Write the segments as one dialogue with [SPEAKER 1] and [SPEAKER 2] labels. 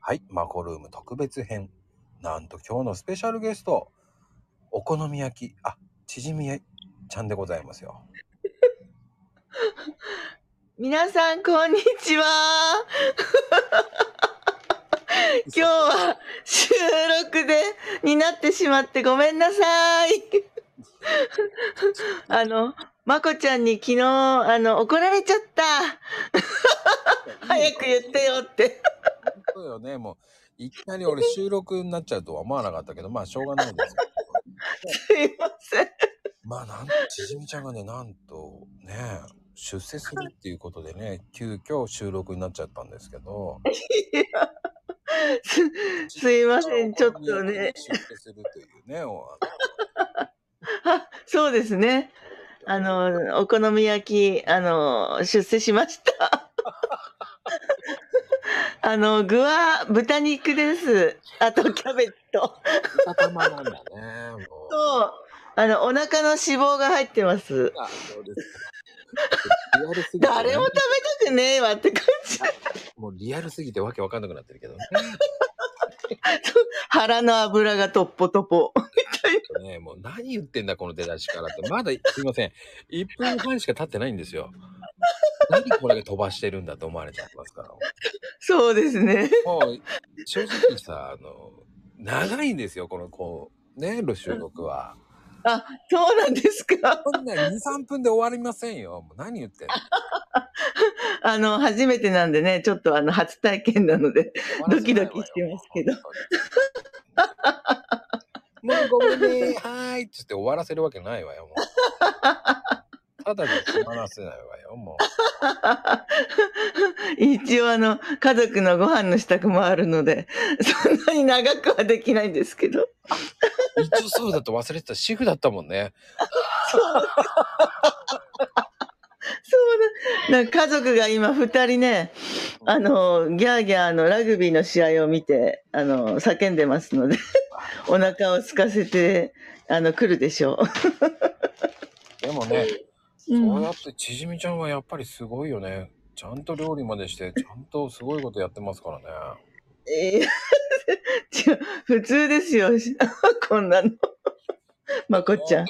[SPEAKER 1] はい、マコルーム特別編。なんと今日のスペシャルゲスト、お好み焼き、あ、チヂミちゃんでございますよ。
[SPEAKER 2] 皆さん、こんにちは。今日は収録で、になってしまってごめんなさい。あの、まこちゃんに昨日、あの、怒られちゃった。早く言ってよって。
[SPEAKER 1] そうよね、もう、いきなり俺収録になっちゃうとは思わなかったけど、まあしょうがないです。
[SPEAKER 2] すいません。
[SPEAKER 1] まあなん、ちじみちゃんがね、なんとね、出世するっていうことでね、急遽収録になっちゃったんですけど、
[SPEAKER 2] すすいません、ちょっとね。
[SPEAKER 1] 出世するというね、お
[SPEAKER 2] あそうですね。あ、の、お好み焼き、あの、出世しました。あの、具は豚肉です。あとキャベツと。
[SPEAKER 1] 豚玉なんだね、もう。
[SPEAKER 2] と、あの、お腹の脂肪が入ってます。
[SPEAKER 1] あ、そうです か。リアルすぎて
[SPEAKER 2] 誰も食べたくねえわって感じ。
[SPEAKER 1] もうリアルすぎてわけわかんなくなってるけどね。
[SPEAKER 2] 腹の脂がトッポトポ。
[SPEAKER 1] ねもう何言ってんだこの出だしからって。まだすいません。1分半しか経ってないんですよ。何これ飛ばしてるんだと思われちゃってますから。
[SPEAKER 2] そうですね。
[SPEAKER 1] もう正直さ、あの、長いんですよ、このこう、ね、収録は。
[SPEAKER 2] あ、そうなんですか。
[SPEAKER 1] こんな2、3分で終わりませんよ。もう何言ってんの
[SPEAKER 2] あの、初めてなんでね、ちょっとあの、初体験なので。ドキドキしてますけど。
[SPEAKER 1] もうごめんね、はーいっつって終わらせるわけないわよ、も う。ただで終わらせないわよ、もう。
[SPEAKER 2] 一応あの家族のご飯の支度もあるので そんなに長くはできないんですけど
[SPEAKER 1] 一応そうだと忘れてた、主婦だったもんね。
[SPEAKER 2] そうななんか家族が今2人ねあのギャーギャーのラグビーの試合を見てあの叫んでますので お腹を空かせてあの来るでしょ
[SPEAKER 1] でもね、
[SPEAKER 2] う、うん
[SPEAKER 1] そうやってちじみちゃんはやっぱりすごいよね。ちゃんと料理までして、ちゃんとすごいことやってますからね。
[SPEAKER 2] えー 違う普通ですよ こんなのまこちゃん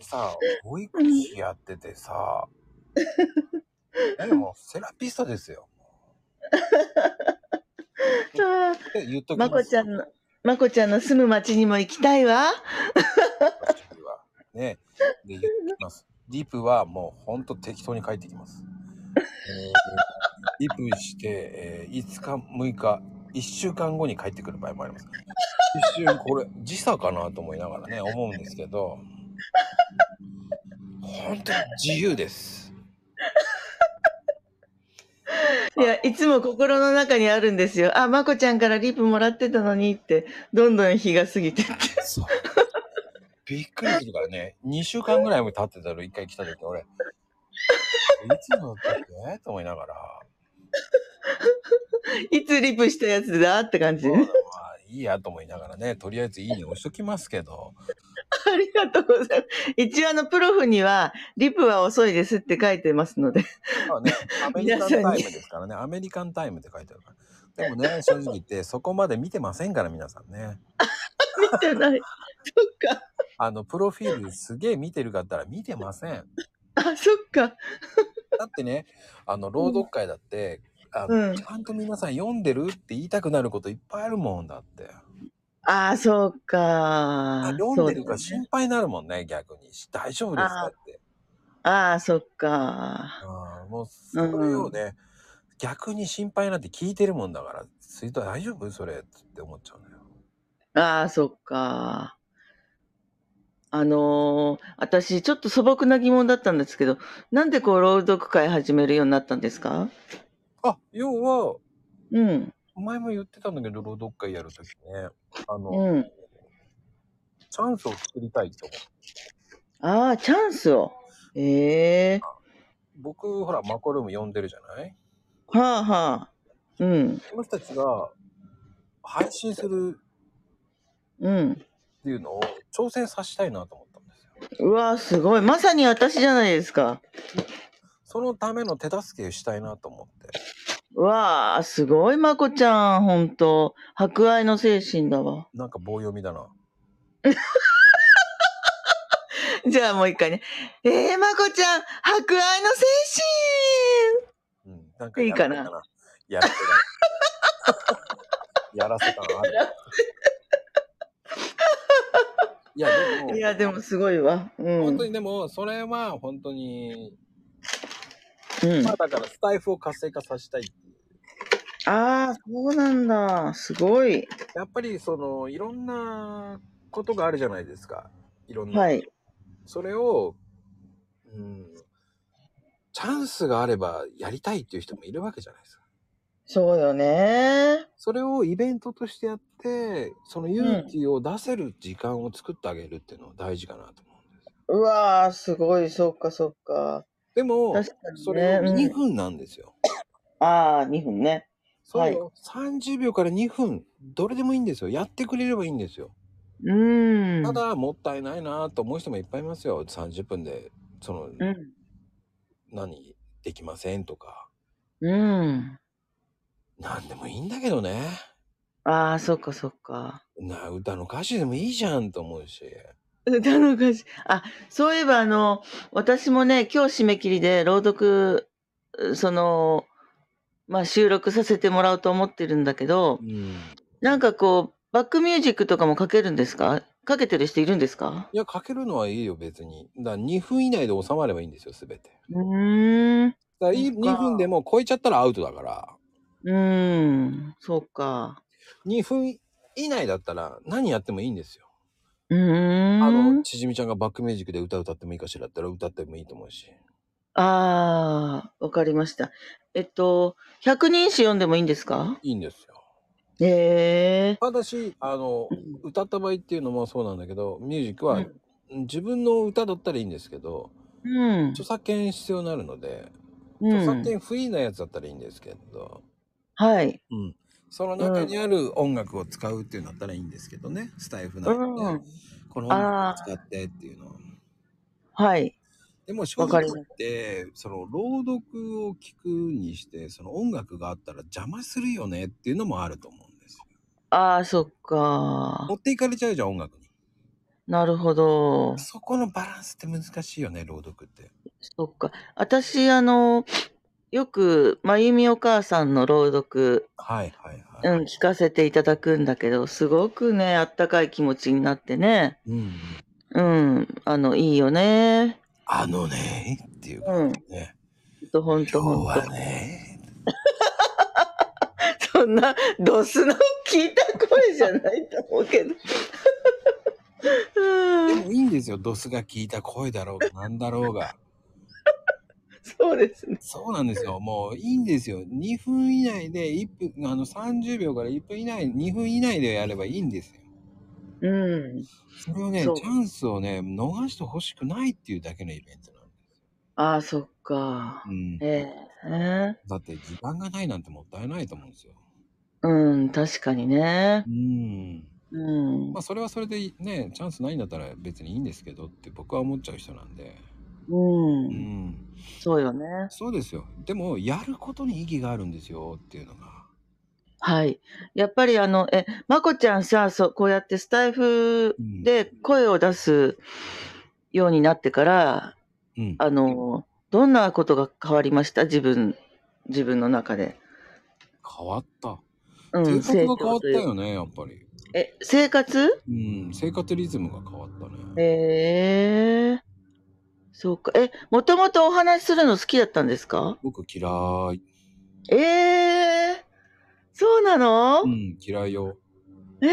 [SPEAKER 1] さあ、保育士やってて さ、でもうセラピストですよ。
[SPEAKER 2] あー
[SPEAKER 1] って言っときま
[SPEAKER 2] ますこちゃんのまこちゃんの住む町にも行きたいわ
[SPEAKER 1] 次はね、で言ってきます。ディープはもうほんと適当に帰ってきます。えー、ディープして、えー5日、6日、1週間後に帰ってくる場合もあります。一瞬これ時差かなと思いながらね、思うんですけど、本当に自由です。
[SPEAKER 2] いや、いつも心の中にあるんですよ。あ、まこちゃんからリップもらってたのにって、どんどん日が過ぎてって。
[SPEAKER 1] そうびっくりするからね、2週間ぐらいも経ってたら1回来た時俺、いつのだっけと思いながら。
[SPEAKER 2] いつリップしたやつだって感じ。
[SPEAKER 1] まあいいやと思いながらね、とりあえずいいね押しときますけ ど、
[SPEAKER 2] ありがとうございます。一応あの、プロフには、リップは遅いですって書いてますの で。
[SPEAKER 1] まあね、アメリカンタイムですからね、アメリカンタイムって書いてあるから。でもね、正直言って、 そこまで見てませんから、皆さんね。
[SPEAKER 2] 見てない。そっか。
[SPEAKER 1] あの、プロフィールすげえ見てるかったら見てません。
[SPEAKER 2] あ、そっか。
[SPEAKER 1] だってね、あの、朗読会だって、あ
[SPEAKER 2] う
[SPEAKER 1] の
[SPEAKER 2] ん
[SPEAKER 1] ちゃんと皆さん読んでるって言いたくなることいっぱいあるもんだって。
[SPEAKER 2] あ、そうか。
[SPEAKER 1] 読んでる
[SPEAKER 2] そう
[SPEAKER 1] か
[SPEAKER 2] です
[SPEAKER 1] 心配になるもんね、逆に。大丈夫ですかって。
[SPEAKER 2] あ、そっか。
[SPEAKER 1] あーもうそれをね、逆に心配なんて聞いてるもんだから「水筒大丈夫それ」って思っちゃうのよ。
[SPEAKER 2] あ、そっか。あのー私、ちょっと素朴な疑問だったんですけど、なんでこう、朗読会始めるようになったんですか
[SPEAKER 1] あ要は
[SPEAKER 2] うん。
[SPEAKER 1] 前も言ってたんだけど朗読会やるときねあの、
[SPEAKER 2] うん。
[SPEAKER 1] チャンスを作りたいと思う。
[SPEAKER 2] ああ、チャンスを。ええ
[SPEAKER 1] 僕ほらマコルーム呼んでるじゃない
[SPEAKER 2] はあはあ。うん。
[SPEAKER 1] その人たちが配信する
[SPEAKER 2] うん。
[SPEAKER 1] っていうのを挑戦させたいなと思ったんですよ。
[SPEAKER 2] うわー、すごい。まさに私じゃないですか。
[SPEAKER 1] そのための手助けをしたいなと思って。
[SPEAKER 2] わあ、すごい、まこちゃん、ほんと。博愛の精神だわ。
[SPEAKER 1] なんか棒読みだな。
[SPEAKER 2] じゃあもう一回ね。えー、まこちゃん、博愛の精
[SPEAKER 1] うん。なんか
[SPEAKER 2] いいかな
[SPEAKER 1] やらせたな。やらせたな。あるいや、でも、
[SPEAKER 2] 神いや、でもすごいわ。うん。う
[SPEAKER 1] 本
[SPEAKER 2] ん
[SPEAKER 1] 当。にでも、それは本当に、まあ
[SPEAKER 2] あ
[SPEAKER 1] だからスタイフを活性化させたい。
[SPEAKER 2] あー、そうなんだ。すごい。
[SPEAKER 1] やっぱりその、いろんなことがあるじゃないですか。いろんな。
[SPEAKER 2] はい。
[SPEAKER 1] それを、うん、チャンスがあればやりたいっていう人もいるわけじゃないですか。
[SPEAKER 2] そうよね。
[SPEAKER 1] それをイベントとしてやって、その勇気を出せる時間を作ってあげるっていうのは大事かなと思うんです。
[SPEAKER 2] うわあ、すごい。そっかそっか。
[SPEAKER 1] でも、
[SPEAKER 2] 確かにね。
[SPEAKER 1] それを2
[SPEAKER 2] うん、
[SPEAKER 1] 分なんですよ。
[SPEAKER 2] ああ、2分ね。
[SPEAKER 1] それを30秒から2分、どれでもいいんですよ。やってくれればいいんですよ。
[SPEAKER 2] うーん。
[SPEAKER 1] た、だ、もったいないなと思う人もいっぱいいますよ。30分で、その、
[SPEAKER 2] うん。
[SPEAKER 1] 何、できませんとか。
[SPEAKER 2] うん。
[SPEAKER 1] 何でもいいんだけどね。
[SPEAKER 2] ああ、そっかそっか。
[SPEAKER 1] な歌の歌手でもいいじゃんと思うし。
[SPEAKER 2] 歌の歌詞。あ、そういえばあの、私もね、今日締め切りで朗読、その、まあ収録させてもらおうと思ってるんだけど、
[SPEAKER 1] い
[SPEAKER 2] なんかこう、バックミュージックとかもかけるんですかかけてる人いるんですか
[SPEAKER 1] や、かけるのはいいよ、別に。だから2分以内で収まればいいんですよ、すべて。
[SPEAKER 2] うーん。う
[SPEAKER 1] だからい
[SPEAKER 2] そっか
[SPEAKER 1] 2分でも超えちゃったらアウトだから、
[SPEAKER 2] ーん。そうか。
[SPEAKER 1] 2分以内だったら何やってもいいんですよ。
[SPEAKER 2] うーん。
[SPEAKER 1] あの、ちじみちゃんがバックミュージックで歌歌ってもいいかしらだったら歌ってもいいと思うし。
[SPEAKER 2] あーわかりました。えっと、百人詞読んでもいいんですか
[SPEAKER 1] いいんですよ。
[SPEAKER 2] ええ
[SPEAKER 1] ただし、あの、歌った場合っていうのもそうなんだけど、ミュージックは、
[SPEAKER 2] うん
[SPEAKER 1] 自分の歌だったらいいんですけど、
[SPEAKER 2] うん。
[SPEAKER 1] 著作権必要になるので、
[SPEAKER 2] う
[SPEAKER 1] 著作
[SPEAKER 2] ん。
[SPEAKER 1] 権フリーなやつだったらいいんですけど、
[SPEAKER 2] はい。
[SPEAKER 1] うん、その中にある音楽を使うっていうのだったらいいんですけどね、スタイフな
[SPEAKER 2] う
[SPEAKER 1] ので、
[SPEAKER 2] ん。
[SPEAKER 1] この音楽を使ってっていうのは。
[SPEAKER 2] はい。
[SPEAKER 1] でも正
[SPEAKER 2] わか
[SPEAKER 1] 直
[SPEAKER 2] り
[SPEAKER 1] 言って、その朗読を聞くにして、その音楽があったら邪魔するよねっていうのもあると思うんですよ。
[SPEAKER 2] ああ、そっか
[SPEAKER 1] 持。っていかれちゃうじゃん、音楽に。
[SPEAKER 2] なるほど。
[SPEAKER 1] そこのバランスって難しいよね、朗読って。
[SPEAKER 2] そっか。私、あの、よく、まゆみお母さんの朗読、
[SPEAKER 1] はいはいはい。
[SPEAKER 2] うん、聞かせていただくんだけど、すごくね、あったかい気持ちになってね。
[SPEAKER 1] うんうん。
[SPEAKER 2] うん、あの、いいよね。
[SPEAKER 1] あのね、っていうか
[SPEAKER 2] うん、
[SPEAKER 1] ね。
[SPEAKER 2] ほんとほんと
[SPEAKER 1] 今日
[SPEAKER 2] ほんと
[SPEAKER 1] は。ね、
[SPEAKER 2] そんな、ドスの聞いた声じゃないと思うけど。 う
[SPEAKER 1] で
[SPEAKER 2] ん
[SPEAKER 1] もいいんですよ、ドスが聞いた声だろうが、なんだろうが。
[SPEAKER 2] そうですね。
[SPEAKER 1] そうなんですよ。もういいんですよ。2分以内で、1分、あの30秒から1分以内、2分以内でやればいいんですよ。
[SPEAKER 2] うん。
[SPEAKER 1] それをね、チ
[SPEAKER 2] そう
[SPEAKER 1] ャンスをね、逃してほしくないっていうだけのイベントなん
[SPEAKER 2] ああ、そっか。
[SPEAKER 1] です。
[SPEAKER 2] ええ
[SPEAKER 1] うん。だって時間がないなんてもったいないと思うんですよ。
[SPEAKER 2] うん、確かにね
[SPEAKER 1] う。ん。
[SPEAKER 2] うん
[SPEAKER 1] まあ、それはそれでね、チャンスないんだったら別にいいんですけどって僕は思っちゃう人なんで。
[SPEAKER 2] う、
[SPEAKER 1] うんん。
[SPEAKER 2] そうよね。
[SPEAKER 1] そうですよ。でも、やることに意義があるんですよっていうのが。
[SPEAKER 2] はい。やっぱりあの、え、まこちゃんさ、そう、こうやってスタイフで声を出すようになってから、
[SPEAKER 1] うん。
[SPEAKER 2] あの、どんなことが変わりました自分、自分の中で。
[SPEAKER 1] 変わった。
[SPEAKER 2] う
[SPEAKER 1] 性
[SPEAKER 2] ん、
[SPEAKER 1] 格が変わった
[SPEAKER 2] う。
[SPEAKER 1] よね、やっぱり。
[SPEAKER 2] え、生活
[SPEAKER 1] うん、生活リズムが変わったね。
[SPEAKER 2] ええそうか。え、もともとお話しするの好きだったんですか
[SPEAKER 1] 僕嫌い。
[SPEAKER 2] ええそうなの、
[SPEAKER 1] うん、嫌いよ。
[SPEAKER 2] え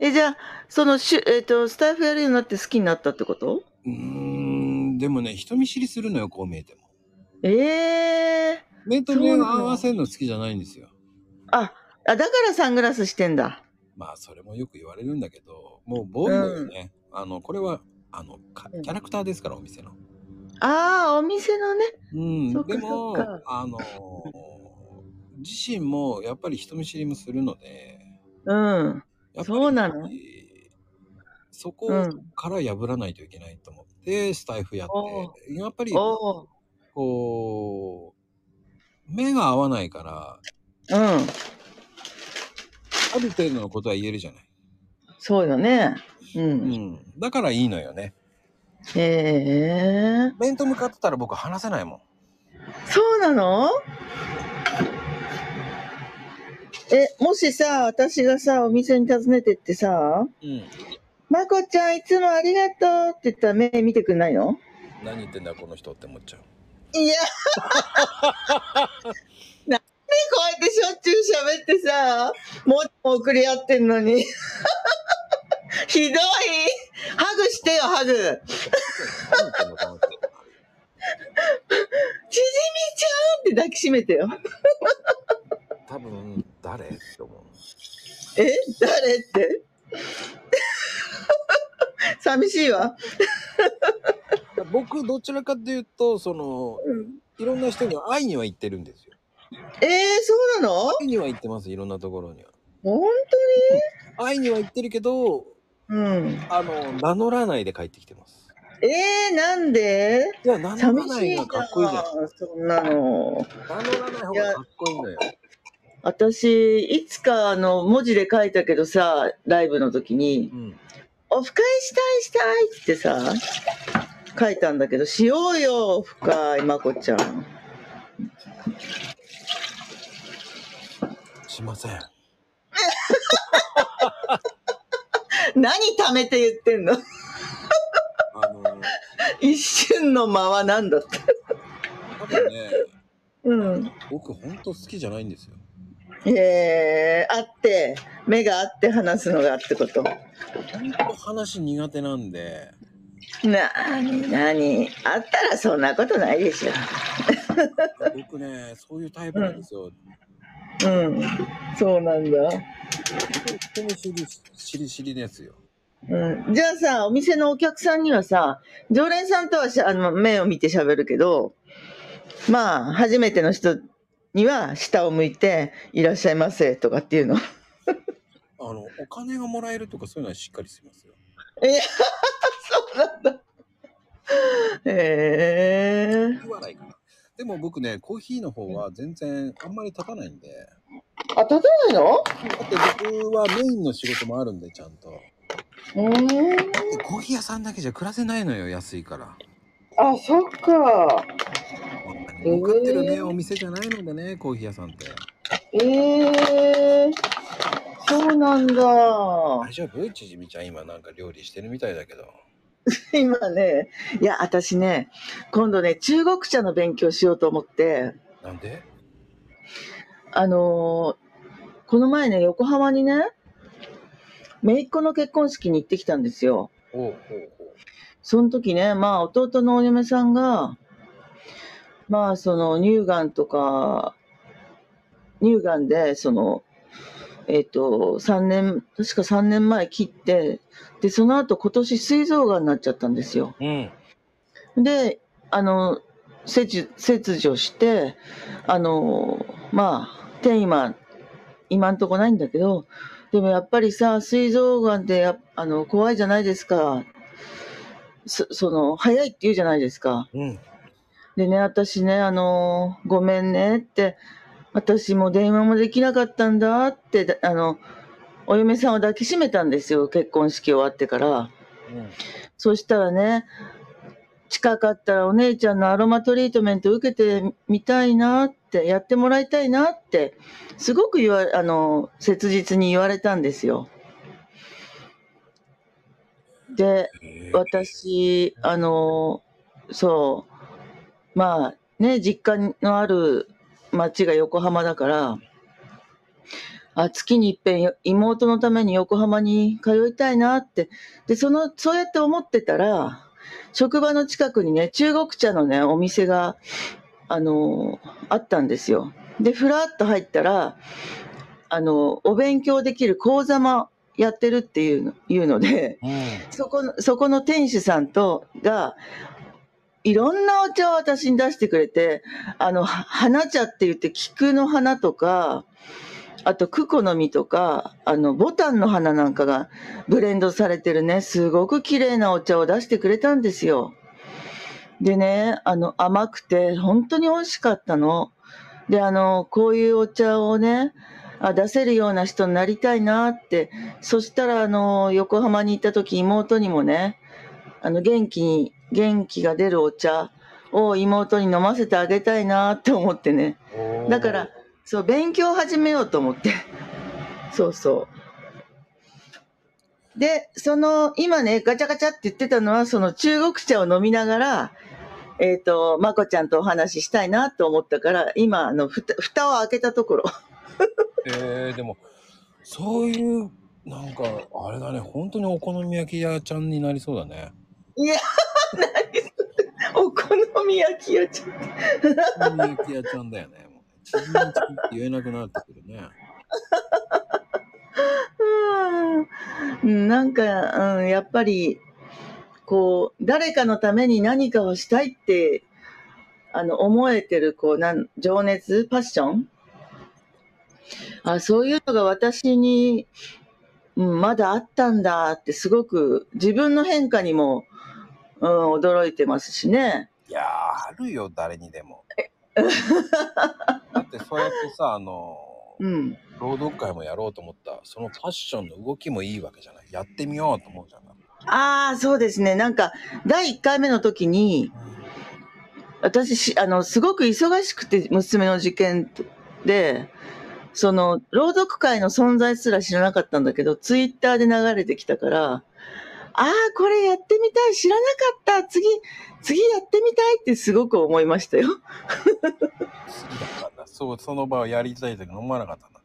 [SPEAKER 2] ええ、じゃあ、そのしゅ、えっ、と、スタイフやるようになって好きになったってこと
[SPEAKER 1] うーん、でもね、人見知りするのよ、こう見えても。
[SPEAKER 2] ええ
[SPEAKER 1] 目と目を合わせるの好きじゃないんですよ。
[SPEAKER 2] あ、あ、だからサングラスしてんだ。
[SPEAKER 1] まあ、それもよく言われるんだけど、もう防御でね、あの、これは、あの、か
[SPEAKER 2] うん
[SPEAKER 1] キャラクターですから、お店の。
[SPEAKER 2] ああ、お店のね。
[SPEAKER 1] うん、
[SPEAKER 2] そっか
[SPEAKER 1] でも
[SPEAKER 2] そっか、
[SPEAKER 1] あのー自身もやっぱり人見知りもするので、
[SPEAKER 2] うん。
[SPEAKER 1] やっぱり
[SPEAKER 2] そうなの
[SPEAKER 1] そこ
[SPEAKER 2] うん。
[SPEAKER 1] から破らないといけないと思って、スタイフやっ
[SPEAKER 2] お
[SPEAKER 1] て、やっぱり、
[SPEAKER 2] おお。
[SPEAKER 1] こ目が合わないから、
[SPEAKER 2] うん。
[SPEAKER 1] ある程度のことは言えるじゃない。
[SPEAKER 2] そうよね。う。
[SPEAKER 1] うんん。だからいいのよね。
[SPEAKER 2] へえ。
[SPEAKER 1] 面と向かってたら僕話せないもん。
[SPEAKER 2] そうなのえ、もしさ、私がさ、お店に訪ねてってさ、
[SPEAKER 1] うん。
[SPEAKER 2] まこちゃんいつもありがとうって言ったら目見てくんないの
[SPEAKER 1] 何言ってんだこの人って思っちゃう。
[SPEAKER 2] いや なんでこうやってしょっちゅう喋ってさ、もう送り合ってんのに。 ひどいハグしてよ、ハグ。縮み
[SPEAKER 1] 何言ってんのこの人。
[SPEAKER 2] ちゃんって抱きしめてよ。
[SPEAKER 1] 多分、誰って思う。
[SPEAKER 2] え誰って 寂しいわ。
[SPEAKER 1] 僕、どちらかというと、その、
[SPEAKER 2] うん
[SPEAKER 1] いろんな人には会いには行ってるんですよ。
[SPEAKER 2] えー、そうなの
[SPEAKER 1] 会いには行ってます、いろんなところには。
[SPEAKER 2] 本
[SPEAKER 1] 会いには行ってるけど、
[SPEAKER 2] 当にうん。
[SPEAKER 1] あの、名乗らないで帰ってきてます。
[SPEAKER 2] えー、なんで
[SPEAKER 1] いや、名乗
[SPEAKER 2] 寂
[SPEAKER 1] らな
[SPEAKER 2] し
[SPEAKER 1] い
[SPEAKER 2] い
[SPEAKER 1] が
[SPEAKER 2] な
[SPEAKER 1] かっこいいじゃん。
[SPEAKER 2] そんなの。
[SPEAKER 1] 名乗らない方がかっこいいのよ。
[SPEAKER 2] 私、いつかあの、文字で書いたけどさ、ライブの時に
[SPEAKER 1] う、ん。
[SPEAKER 2] オフ会したいしたいってさ、書いたんだけど、しようよ、オフ会、まこちゃん。
[SPEAKER 1] しません。
[SPEAKER 2] 何ためて言ってんの
[SPEAKER 1] あの、
[SPEAKER 2] 一瞬の間は何だった
[SPEAKER 1] 多分ね、
[SPEAKER 2] うん。
[SPEAKER 1] 僕本当好きじゃないんですよ。
[SPEAKER 2] えー、会って、目が合って話すのがってこと。
[SPEAKER 1] 本当話苦手なんで、
[SPEAKER 2] なになに、会ったらそんなことないでしょ。
[SPEAKER 1] 僕ね、そういうタイプなんですよ。
[SPEAKER 2] うん、そうなんだ。
[SPEAKER 1] 本当に知り知り知りですよ。
[SPEAKER 2] うん、じゃあさ、お店のお客さんにはさ、常連さんとはしゃあの目を見て喋るけど、まあ、初めての人には下を向いて、いらっしゃいませとかっていうの。
[SPEAKER 1] あの、お金がもらえるとかそういうのはしっかりしますよ。
[SPEAKER 2] へえ
[SPEAKER 1] 言わないかな。でも僕ね、コーヒーの方は全然あんまり立たないんで。
[SPEAKER 2] あ、立てないの
[SPEAKER 1] だって僕はメインの仕事もあるんで、ちゃんと。
[SPEAKER 2] うん。
[SPEAKER 1] でコーヒー屋さんだけじゃ暮らせないのよ、安いから。
[SPEAKER 2] あ、そっか。
[SPEAKER 1] 儲かってるね、お店じゃないのでね、コーヒー屋さんって。
[SPEAKER 2] ええそうなんだ。
[SPEAKER 1] 大丈夫ちじみちゃん、今なんか料理してるみたいだけど。
[SPEAKER 2] 今ね、いや、私ね、今度ね、中国茶の勉強しようと思って、
[SPEAKER 1] なんで
[SPEAKER 2] あのーこの前ね、横浜にね、姪っ子の結婚式に行ってきたんですよ。
[SPEAKER 1] おうおう
[SPEAKER 2] その時ね、まあ、弟のお嫁さんが、まあ、その、乳がんとか、乳がんで、その、えっ、と、3年、確か3年前切って、で、その後今年、膵臓がんになっちゃったんですよ。
[SPEAKER 1] おう。うん。
[SPEAKER 2] で、あの、切除切除して、あの、まあ、転移は今んとこないんだけど、でもやっぱりさ、膵臓がんってやあの怖いじゃないですか。そその、早いって言うじゃないですか。
[SPEAKER 1] うん。
[SPEAKER 2] でね、私ね、あの、ごめんねって、私も電話もできなかったんだって、だあの、お嫁さんを抱きしめたんですよ、結婚式終わってから。
[SPEAKER 1] うん。
[SPEAKER 2] そしたらね、近かったらお姉ちゃんのアロマトリートメント受けてみたいなって、やってもらいたいなって、すごく言わあの切実に言われたんですよ。で、
[SPEAKER 1] えー
[SPEAKER 2] 私、あの、そう、まあね、実家のある町が横浜だから、あ月に一遍よ妹のために横浜に通いたいなって、で、その、そうやって思ってたら、職場の近くにね、中国茶のね、お店が、あの、あったんですよ。で、ふらっと入ったら、あの、お勉強できる講座もやってるっていうのいうので、
[SPEAKER 1] うん。
[SPEAKER 2] そこの、そこの店主さんと、が、いろんなお茶を私に出してくれて、あの、は花茶って言って、菊の花とか、あと、クコの実とか、あの、ボタンの花なんかがブレンドされてるね、すごく綺麗なお茶を出してくれたんですよ。でね、あの、甘くて、本当に美味しかったの。で、あの、こういうお茶をね、あ出せるような人になりたいなって、そしたら、あの、横浜に行った時、妹にもね、あの、元気に、元気が出るお茶を妹に飲ませてあげたいなって思ってね。
[SPEAKER 1] おー
[SPEAKER 2] だから、そう、勉強を始めようと思って。そうそう。で、その、今ね、ガチャガチャって言ってたのは、その中国茶を飲みながら、えっ、と、まこちゃんとお話ししたいなと思ったから、今、あの、ふた蓋を開けたところ。
[SPEAKER 1] えー、でもそういうなんかあれだね本当にお好み焼き屋ちゃんになりそうだね
[SPEAKER 2] お好み焼きをちょっ
[SPEAKER 1] お好み焼き屋ちゃんだよねもうねチヂミチヂミって言えなくなってくるね
[SPEAKER 2] と、うん、なんか、うん、やっぱり、こう、誰かのために何かをしたいって、あの、思えてる、こう、なん、情熱パッションあ、そういうのが私に、うん、まだあったんだって、すごく、自分の変化にも、うん、驚いてますしね。
[SPEAKER 1] いやーあるよ誰にでもだってそうやってさあの
[SPEAKER 2] うん。
[SPEAKER 1] 朗読会もやろうと思ったそのパッションの動きもいいわけじゃないやってみようと思うじゃない
[SPEAKER 2] ああ、そうですね。なんか、第1回目の時に、私しあのすごく忙しくて娘の受験でその朗読会の存在すら知らなかったんだけどツイッターで流れてきたからああこれやってみたい知らなかった次次やってみたいってすごく思いましたよ
[SPEAKER 1] 好きだったんだそうその場をやりたい時に飲まなかったんだ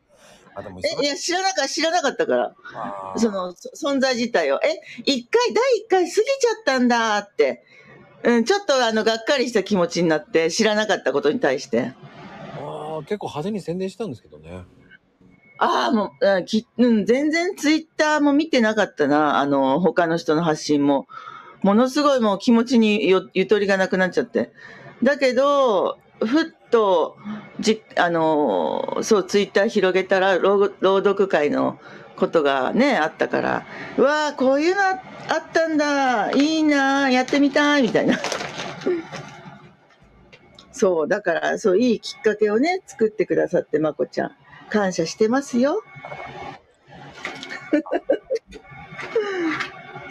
[SPEAKER 1] あでも
[SPEAKER 2] えいや知らなか知らなかったから
[SPEAKER 1] あー
[SPEAKER 2] そのそ存在自体をえ一回第一回過ぎちゃったんだって、うん、ちょっとあのがっかりした気持ちになって知らなかったことに対して。
[SPEAKER 1] あー結構派手に宣伝したんですけどね
[SPEAKER 2] ああ、もう、うんきうん、全然ツイッターも見てなかったな。あの、他の人の発信も。ものすごいもう気持ちによゆとりがなくなっちゃって。だけど、ふっと、じ、あの、そう、ツイッター広げたら、朗朗読会のことがね、あったから、うわあ、こういうのああったんだ。いいなあやってみたい、みたいな。 そう、だから、そう、いいきっかけをね、作ってくださって、まこちゃん。感謝してますよ。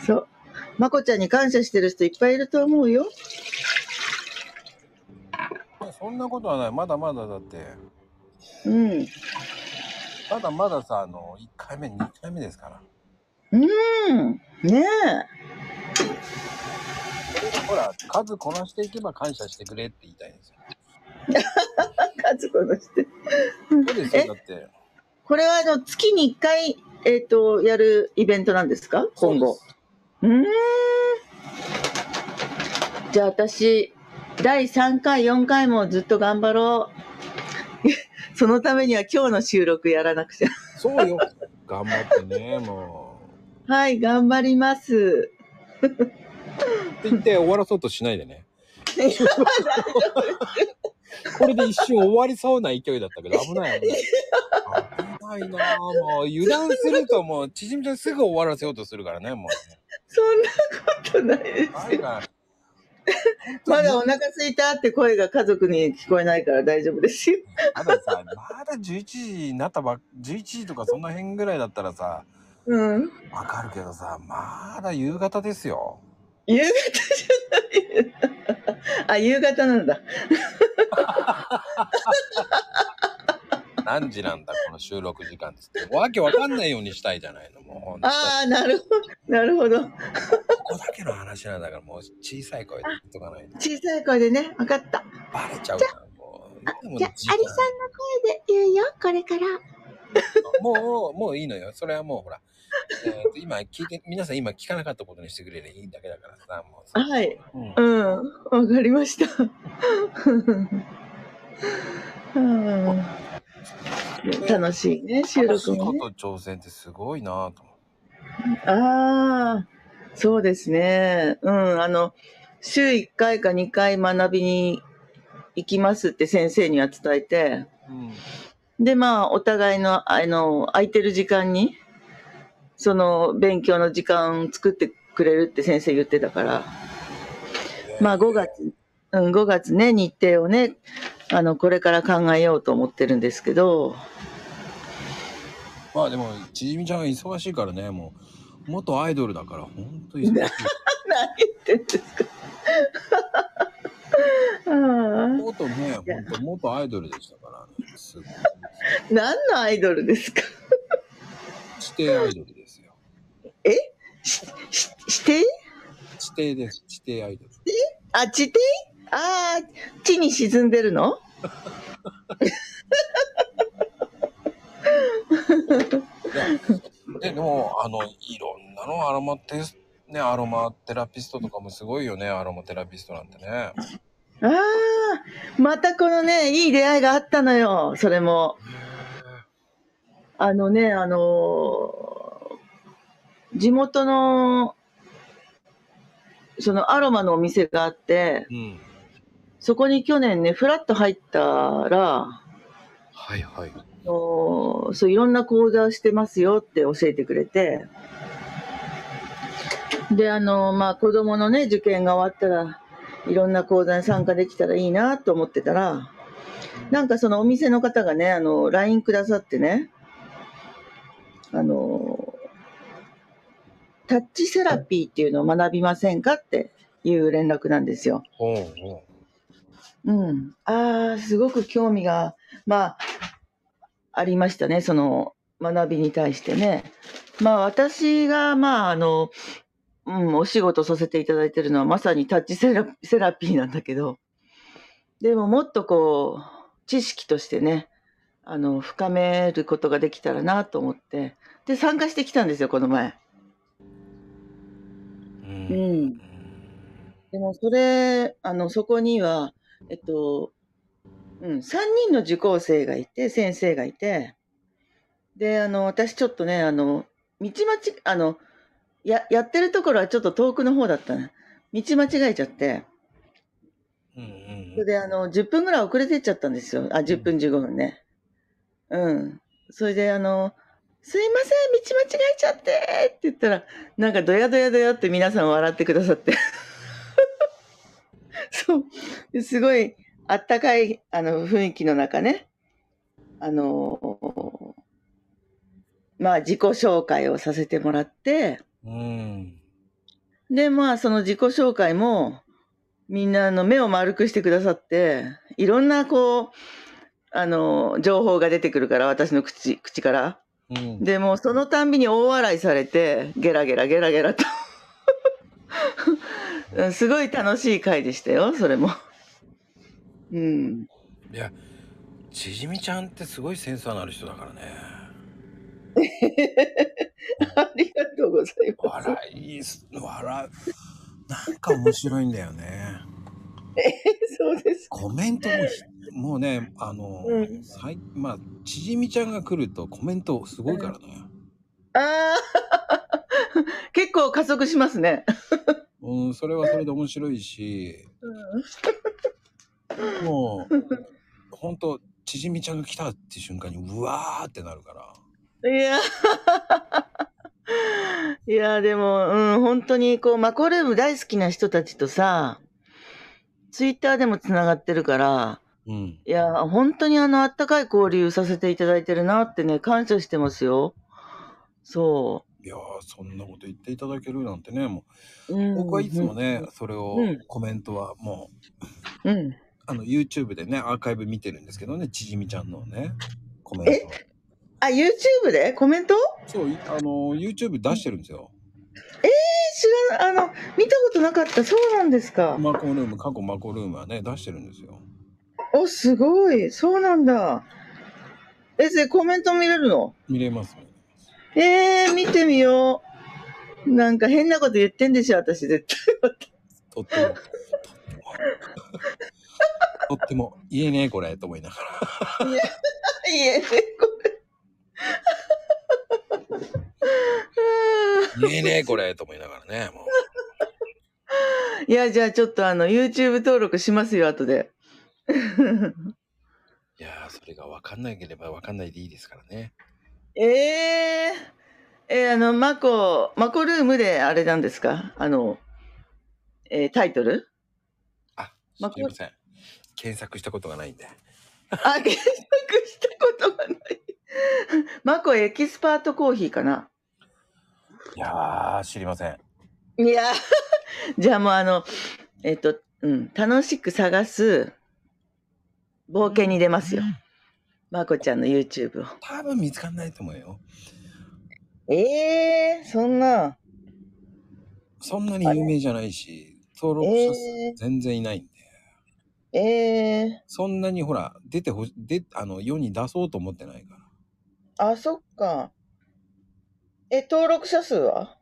[SPEAKER 2] そう。まこちゃんに感謝してる人いっぱいいると思うよ。
[SPEAKER 1] いやそんなことはないまだまだだって
[SPEAKER 2] うん。
[SPEAKER 1] まだまださあの1回目2回目ですから
[SPEAKER 2] うん。ね
[SPEAKER 1] ほら数こなしていけば感謝してくれって言いたいんですよ
[SPEAKER 2] え。かつこのして。
[SPEAKER 1] そうですよだって
[SPEAKER 2] これはあの月に1回、えっ、と、やるイベントなんですか今後。うーん。じゃあ私、第3回、4回もずっと頑張ろう。 そのためには今日の収録やらなくちゃ。
[SPEAKER 1] そうですそうよ頑張ってねも
[SPEAKER 2] はい、頑張ります。
[SPEAKER 1] うって言って終わらそうとしないでねこれで一瞬終わりそうな勢いだったけど危ない危ない危ないなあもう油断するともう縮みちゃんすぐ終わらせようとするからねもうね
[SPEAKER 2] そんなことないです
[SPEAKER 1] はい
[SPEAKER 2] よ。
[SPEAKER 1] はい
[SPEAKER 2] まだお腹空いたって声が家族に聞こえないから大丈夫ですよ。
[SPEAKER 1] まださまだ11時になったばっ11時とかその辺ぐらいだったらさ
[SPEAKER 2] うん。
[SPEAKER 1] わかるけどさまだ夕方ですよ
[SPEAKER 2] 夕方じゃない。あ、夕方なんだ。
[SPEAKER 1] 何時なんだこの収録時間っつってわけわかんないようにしたいじゃないのもうほんと
[SPEAKER 2] ああ、なるほど。なるほど。
[SPEAKER 1] ここだけの話なんだからもう小さい声で言っとかないと
[SPEAKER 2] 小さい声でね、わかった。
[SPEAKER 1] バレちゃうからもう
[SPEAKER 2] じゃあ、アリさんの声で言うよ、これから。
[SPEAKER 1] もうもういいのよそれはもうほら、えーと今聞いて皆さん今聞かなかったことにしてくれりゃいいだけだからさもうさ、
[SPEAKER 2] はい。
[SPEAKER 1] うん
[SPEAKER 2] うん。わかりました。うん楽しいね、収
[SPEAKER 1] 新
[SPEAKER 2] 録
[SPEAKER 1] しい
[SPEAKER 2] も
[SPEAKER 1] こ
[SPEAKER 2] ね。
[SPEAKER 1] と挑戦ってすごいなぁと思って
[SPEAKER 2] ああ、そうですね。うん、あの、週1回か2回学びに行きますって先生には伝えて、
[SPEAKER 1] うん
[SPEAKER 2] で、まあ、お互いの、あの、空いてる時間に、その、勉強の時間を作ってくれるって先生言ってたから、まあ、5月、うん、5月ね、日程をね、あの、これから考えようと思ってるんですけど、
[SPEAKER 1] まあでも、ちじみちゃんが忙しいからね、もう、元アイドルだから、ほんと忙しい。
[SPEAKER 2] 何言ってんですか あ
[SPEAKER 1] 元ね、ほんと元アイドルでしたからね。すごい。
[SPEAKER 2] あ何のアイドルですか
[SPEAKER 1] 指定アイドルですよ。
[SPEAKER 2] しして
[SPEAKER 1] 指定です。指定アイドル。
[SPEAKER 2] あ、地底ああ、地に沈んでるの
[SPEAKER 1] ででも、あの、いろんなのアロマテス、ね、アロマテラピストとかもすごいよね、アロマテラピストなんてね。
[SPEAKER 2] ああ、またこのね、いい出会いがあったのよ、それも。あのね、あのー地元の、そのアロマのお店があって、
[SPEAKER 1] うん。
[SPEAKER 2] そこに去年ね、フラッと入ったら、
[SPEAKER 1] はいはい。
[SPEAKER 2] あのーそういろんな講座してますよって教えてくれて、で、あのーまあ子供のね、受験が終わったら、いろんな講座に参加できたらいいなと思ってたら、なんかそのお店の方がね、あの、LINE くださってね、あの、タッチセラピーっていうのを学びませんかっていう連絡なんですよ。
[SPEAKER 1] ほうほ
[SPEAKER 2] うん。ああ、すごく興味が、まあ、ありましたね、その学びに対してね。まあ私が、まああの、うん、お仕事させていただいてるのはまさにタッチセラセラピーなんだけど、でももっとこう、知識としてね、あの、深めることができたらなと思って、で、参加してきたんですよ、この前。
[SPEAKER 1] う。う。
[SPEAKER 2] うんん。でもそれ、あの、そこには、えっと、うん、3人の受講生がいて、先生がいて、で、あの、私ちょっとね、あの、道間ち、あの、や、やってるところはちょっと遠くの方だったね。道間違えちゃって、
[SPEAKER 1] うんうん
[SPEAKER 2] それであの、10分ぐらい遅れてっちゃったんですよ。あ、10分15分ね。うん。それであの、すいません、道間違えちゃってって言ったら、なんかドヤドヤドヤって皆さん笑ってくださって。 そう。ですごい、あったかい、あの、雰囲気の中ね。あの、まあ、自己紹介をさせてもらって、
[SPEAKER 1] うん。うん。
[SPEAKER 2] で、まあ、その自己紹介も、みんなあの目を丸くしてくださって、いろんなこう、あの、情報が出てくるから、私の口、口から。
[SPEAKER 1] うん。
[SPEAKER 2] で、もうそのたんびに大笑いされて、ゲラゲラゲラゲラと。 うんすごい楽しい回でしたよ、それも。うん。
[SPEAKER 1] いや、ちじみちゃんってすごいセンサーのある人だからね。
[SPEAKER 2] ありがとうございます。
[SPEAKER 1] 笑いす、笑う。なんか面白いんだよね。
[SPEAKER 2] そうです。
[SPEAKER 1] コメントもひ、もうね、あの、
[SPEAKER 2] うん
[SPEAKER 1] さいまあ、ちじみちゃんが来るとコメントすごいからね。
[SPEAKER 2] ああ、 結構加速しますね。
[SPEAKER 1] うん、それはそれで面白いし、もう、ほんと、ちじみちゃんが来たって瞬間に、うわーってなるから。
[SPEAKER 2] いや、 いや、でも、うん、本当に、こう、マコルーム大好きな人たちとさ、ツイッターでもつながってるから、
[SPEAKER 1] うん。
[SPEAKER 2] いや、本当にあの、あったかい交流させていただいてるなってね、感謝してますよ。そ
[SPEAKER 1] いやー、そんなこと言っていただけるなんてね、も
[SPEAKER 2] う。うん
[SPEAKER 1] う、僕はいつもね、それを
[SPEAKER 2] うん、
[SPEAKER 1] コメントはもう、
[SPEAKER 2] うん。
[SPEAKER 1] あの、YouTube でね、アーカイブ見てるんですけどね、ちじみちゃんのね、コメント。
[SPEAKER 2] あ、YouTube でコメントえ
[SPEAKER 1] そう、いあの、YouTube 出してるんですよ。
[SPEAKER 2] 知らなあの、見たことなかった。そうなんですか。
[SPEAKER 1] マコルーム、過去マコルームはね、出してるんですよ。
[SPEAKER 2] お、すごい。そうなんだ。え、それコメント見れるの
[SPEAKER 1] 見れます、ね。
[SPEAKER 2] えー、見てみよう。なんか変なこと言ってんでしょ、私絶対。
[SPEAKER 1] とっても、とっても、とっても、言えねえこれ、と思いながら。
[SPEAKER 2] いえ、これ。
[SPEAKER 1] 言えねえこれ、と思いながらね、もう。
[SPEAKER 2] いや、じゃあちょっとあの、YouTube 登録しますよ、後で。
[SPEAKER 1] いやー、それが分かんなければ分かんないでいいですからね。
[SPEAKER 2] ええー、えーあの、マコ、マコルームであれなんですかあの、えータイトル
[SPEAKER 1] あ、す
[SPEAKER 2] マコ
[SPEAKER 1] いません。検索したことがないんで。
[SPEAKER 2] あ、検索したことがない。 マコエキスパートコーヒーかな。
[SPEAKER 1] いやー、知りません。
[SPEAKER 2] いや、 じゃあもうあの、えっと、うん、楽しく探す冒険に出ますよ。マコちゃんの YouTube を。
[SPEAKER 1] 多分見つかんないと思うよ。
[SPEAKER 2] ええそんな。
[SPEAKER 1] そんなに有名じゃないし、登録者数
[SPEAKER 2] え
[SPEAKER 1] 全然いないんで。
[SPEAKER 2] えええ
[SPEAKER 1] そんなにほら、出てほし、で、あの、世に出そうと思ってないから。
[SPEAKER 2] あ、そっか。え、登録者数は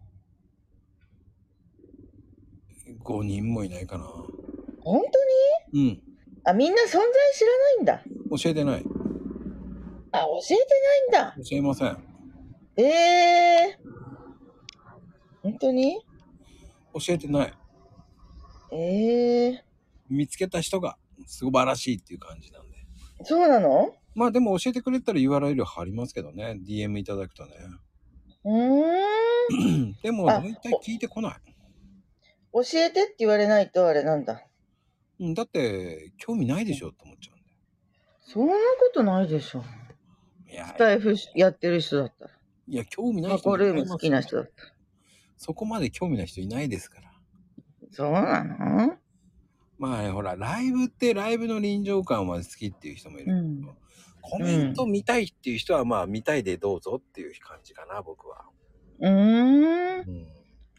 [SPEAKER 1] 5人もいないかな。
[SPEAKER 2] 本当に
[SPEAKER 1] うん。
[SPEAKER 2] あ、みんな存在知らないんだ。
[SPEAKER 1] 教えてない。教
[SPEAKER 2] あ、教えてないんだ。
[SPEAKER 1] えません。
[SPEAKER 2] ええ本当に
[SPEAKER 1] 教えてない。
[SPEAKER 2] ええ
[SPEAKER 1] 見つけた人が素晴らしいっていう感じなんで。
[SPEAKER 2] そうなの
[SPEAKER 1] まあでも教えてくれたら URL 貼りますけどね。DM いただくとね。
[SPEAKER 2] うーん。
[SPEAKER 1] うんでも
[SPEAKER 2] あ
[SPEAKER 1] 大体聞いてこな
[SPEAKER 2] 教えてって言われないとあれなんだ。
[SPEAKER 1] い。うんだって、興味ないでしょって思っちゃうん
[SPEAKER 2] そんなことないでしょ。
[SPEAKER 1] で。いや
[SPEAKER 2] ス、タイフやってる人だったら。
[SPEAKER 1] いや興味な
[SPEAKER 2] マ
[SPEAKER 1] い人
[SPEAKER 2] コ
[SPEAKER 1] もい
[SPEAKER 2] ルー
[SPEAKER 1] ます
[SPEAKER 2] ム好きな人だったら。
[SPEAKER 1] そこまで興味ない人いないですから。
[SPEAKER 2] そうなの
[SPEAKER 1] まあ、ね、ほら、ライブってライブの臨場感は好きっていう人もいる。
[SPEAKER 2] うん
[SPEAKER 1] コメント見たいっていう人は、まあ、見たいでどうぞっていう感じかな、僕は。
[SPEAKER 2] うーん。
[SPEAKER 1] うん。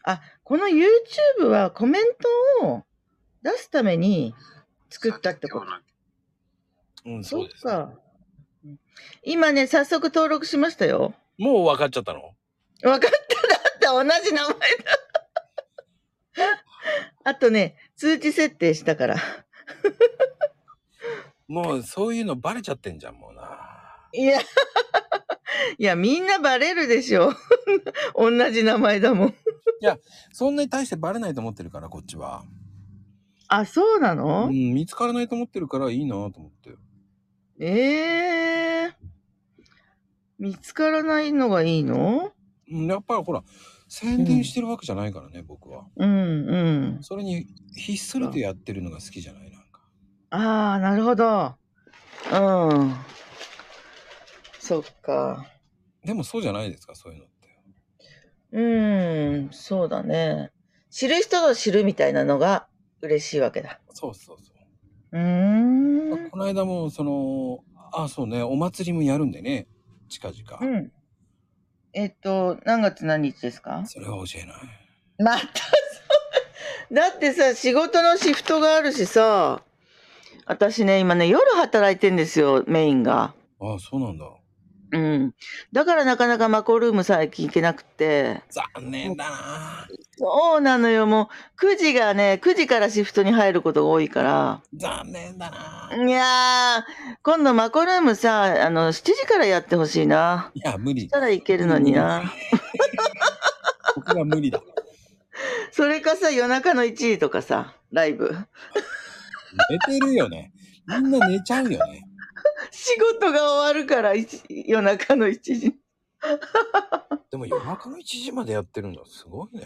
[SPEAKER 2] あ、この YouTube はコメントを出すために作ったってこと。
[SPEAKER 1] うん、
[SPEAKER 2] そ
[SPEAKER 1] そ
[SPEAKER 2] っ
[SPEAKER 1] うです。
[SPEAKER 2] か。今ね、早速登録しましたよ。
[SPEAKER 1] もう分かっちゃったの
[SPEAKER 2] 分かった。だって同じ名前 だ。あとね、通知設定したから。
[SPEAKER 1] もう、そういうのバレちゃってんじゃん、もうな。
[SPEAKER 2] いや、いや、みんなバレるでしょ。 同じ名前だもん。
[SPEAKER 1] そんなに対してバレないと思ってるから、こっちは。
[SPEAKER 2] あ、そうな
[SPEAKER 1] う
[SPEAKER 2] の、
[SPEAKER 1] ん、見つからないと思ってるからいいなと思って。
[SPEAKER 2] ええ見つからないのがいいの
[SPEAKER 1] うん、やっぱりほら、宣伝してるわけじゃないからね、僕は。
[SPEAKER 2] うんうん。
[SPEAKER 1] それに、ひっそりとやってるのが好きじゃない、なんか。
[SPEAKER 2] ああ、なるほど。うん。そっか。
[SPEAKER 1] でもそうじゃないですか、そういうのって。
[SPEAKER 2] うん、そうだね。知る人ぞ知るみたいなのが嬉しいわけだ。
[SPEAKER 1] そうそうそう。
[SPEAKER 2] うーん。うん
[SPEAKER 1] この間もそのあそうねお祭りもやるんでね近々、。
[SPEAKER 2] えっと、何月何日ですか
[SPEAKER 1] それは教えない
[SPEAKER 2] またそう だってさ仕事のシフトがあるしさ私ね今ね夜働いてんですよメインが
[SPEAKER 1] あそうなんだ
[SPEAKER 2] うんだからなかなかマコルーム最近行けなくて
[SPEAKER 1] 残念だな
[SPEAKER 2] そうなのよもう9時がね9時からシフトに入ることが多いから
[SPEAKER 1] 残念だない
[SPEAKER 2] やー今度マコルームさあの7時からやってほしいない
[SPEAKER 1] や無理
[SPEAKER 2] したらいけるのにな
[SPEAKER 1] 僕は無理だ
[SPEAKER 2] それかさ夜中の1時とかさライブ
[SPEAKER 1] 寝てるよねみんな寝ちゃうよね
[SPEAKER 2] 仕事が終わるから一夜中の1時
[SPEAKER 1] でも夜中の1時までやってるんだすごいね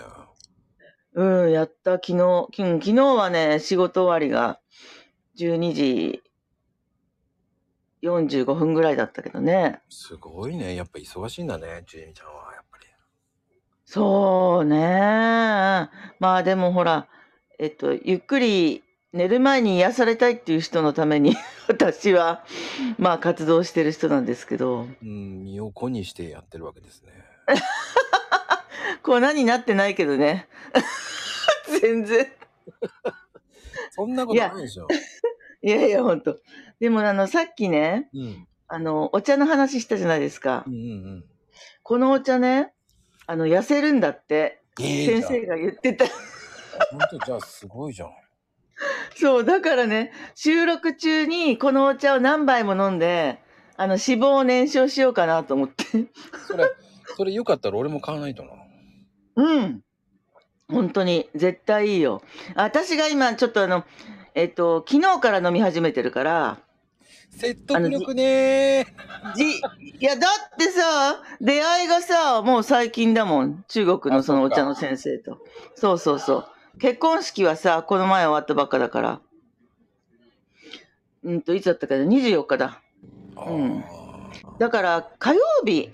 [SPEAKER 2] うん、やった、昨日。き昨日はね、仕事終わりが12時45分ぐらいだったけどね。
[SPEAKER 1] すごいねやっぱ忙しいんだねちえみちゃんはやっぱり
[SPEAKER 2] そうね。まあでもほら、えっと、ゆっくり寝る前に癒されたいっていう人のために、 私は、まあ活動してる人なんですけど、
[SPEAKER 1] うん身を粉にしてやってるわけですね
[SPEAKER 2] 粉になってないけどね。 全然。
[SPEAKER 1] そんなことないでしょ
[SPEAKER 2] いやいや、ほんと。でもあの、さっきね、
[SPEAKER 1] うん
[SPEAKER 2] あの、お茶の話したじゃないですか
[SPEAKER 1] う。んうん
[SPEAKER 2] このお茶ね、あの、痩せるんだって、
[SPEAKER 1] うんええ
[SPEAKER 2] 先生が言ってた。
[SPEAKER 1] ほんとじゃあすごいじゃん
[SPEAKER 2] そう、だからね、収録中にこのお茶を何杯も飲んで、あの、脂肪を燃焼しようかなと思って。
[SPEAKER 1] それ、それよかったら俺も買わないとな。
[SPEAKER 2] うん。本当に、絶対いいよ。私が今、ちょっとあの、えっと、昨日から飲み始めてるから、
[SPEAKER 1] 説得力ねー。
[SPEAKER 2] じ、いや、だってさ、出会いがさ、もう最近だもん。中国のそのお茶の先生と。そうそうそう。結婚式はさ、この前終わったばっかだから。うんと、いつだったかな、24日だ。
[SPEAKER 1] あ
[SPEAKER 2] うん
[SPEAKER 1] ー
[SPEAKER 2] だから、火曜日、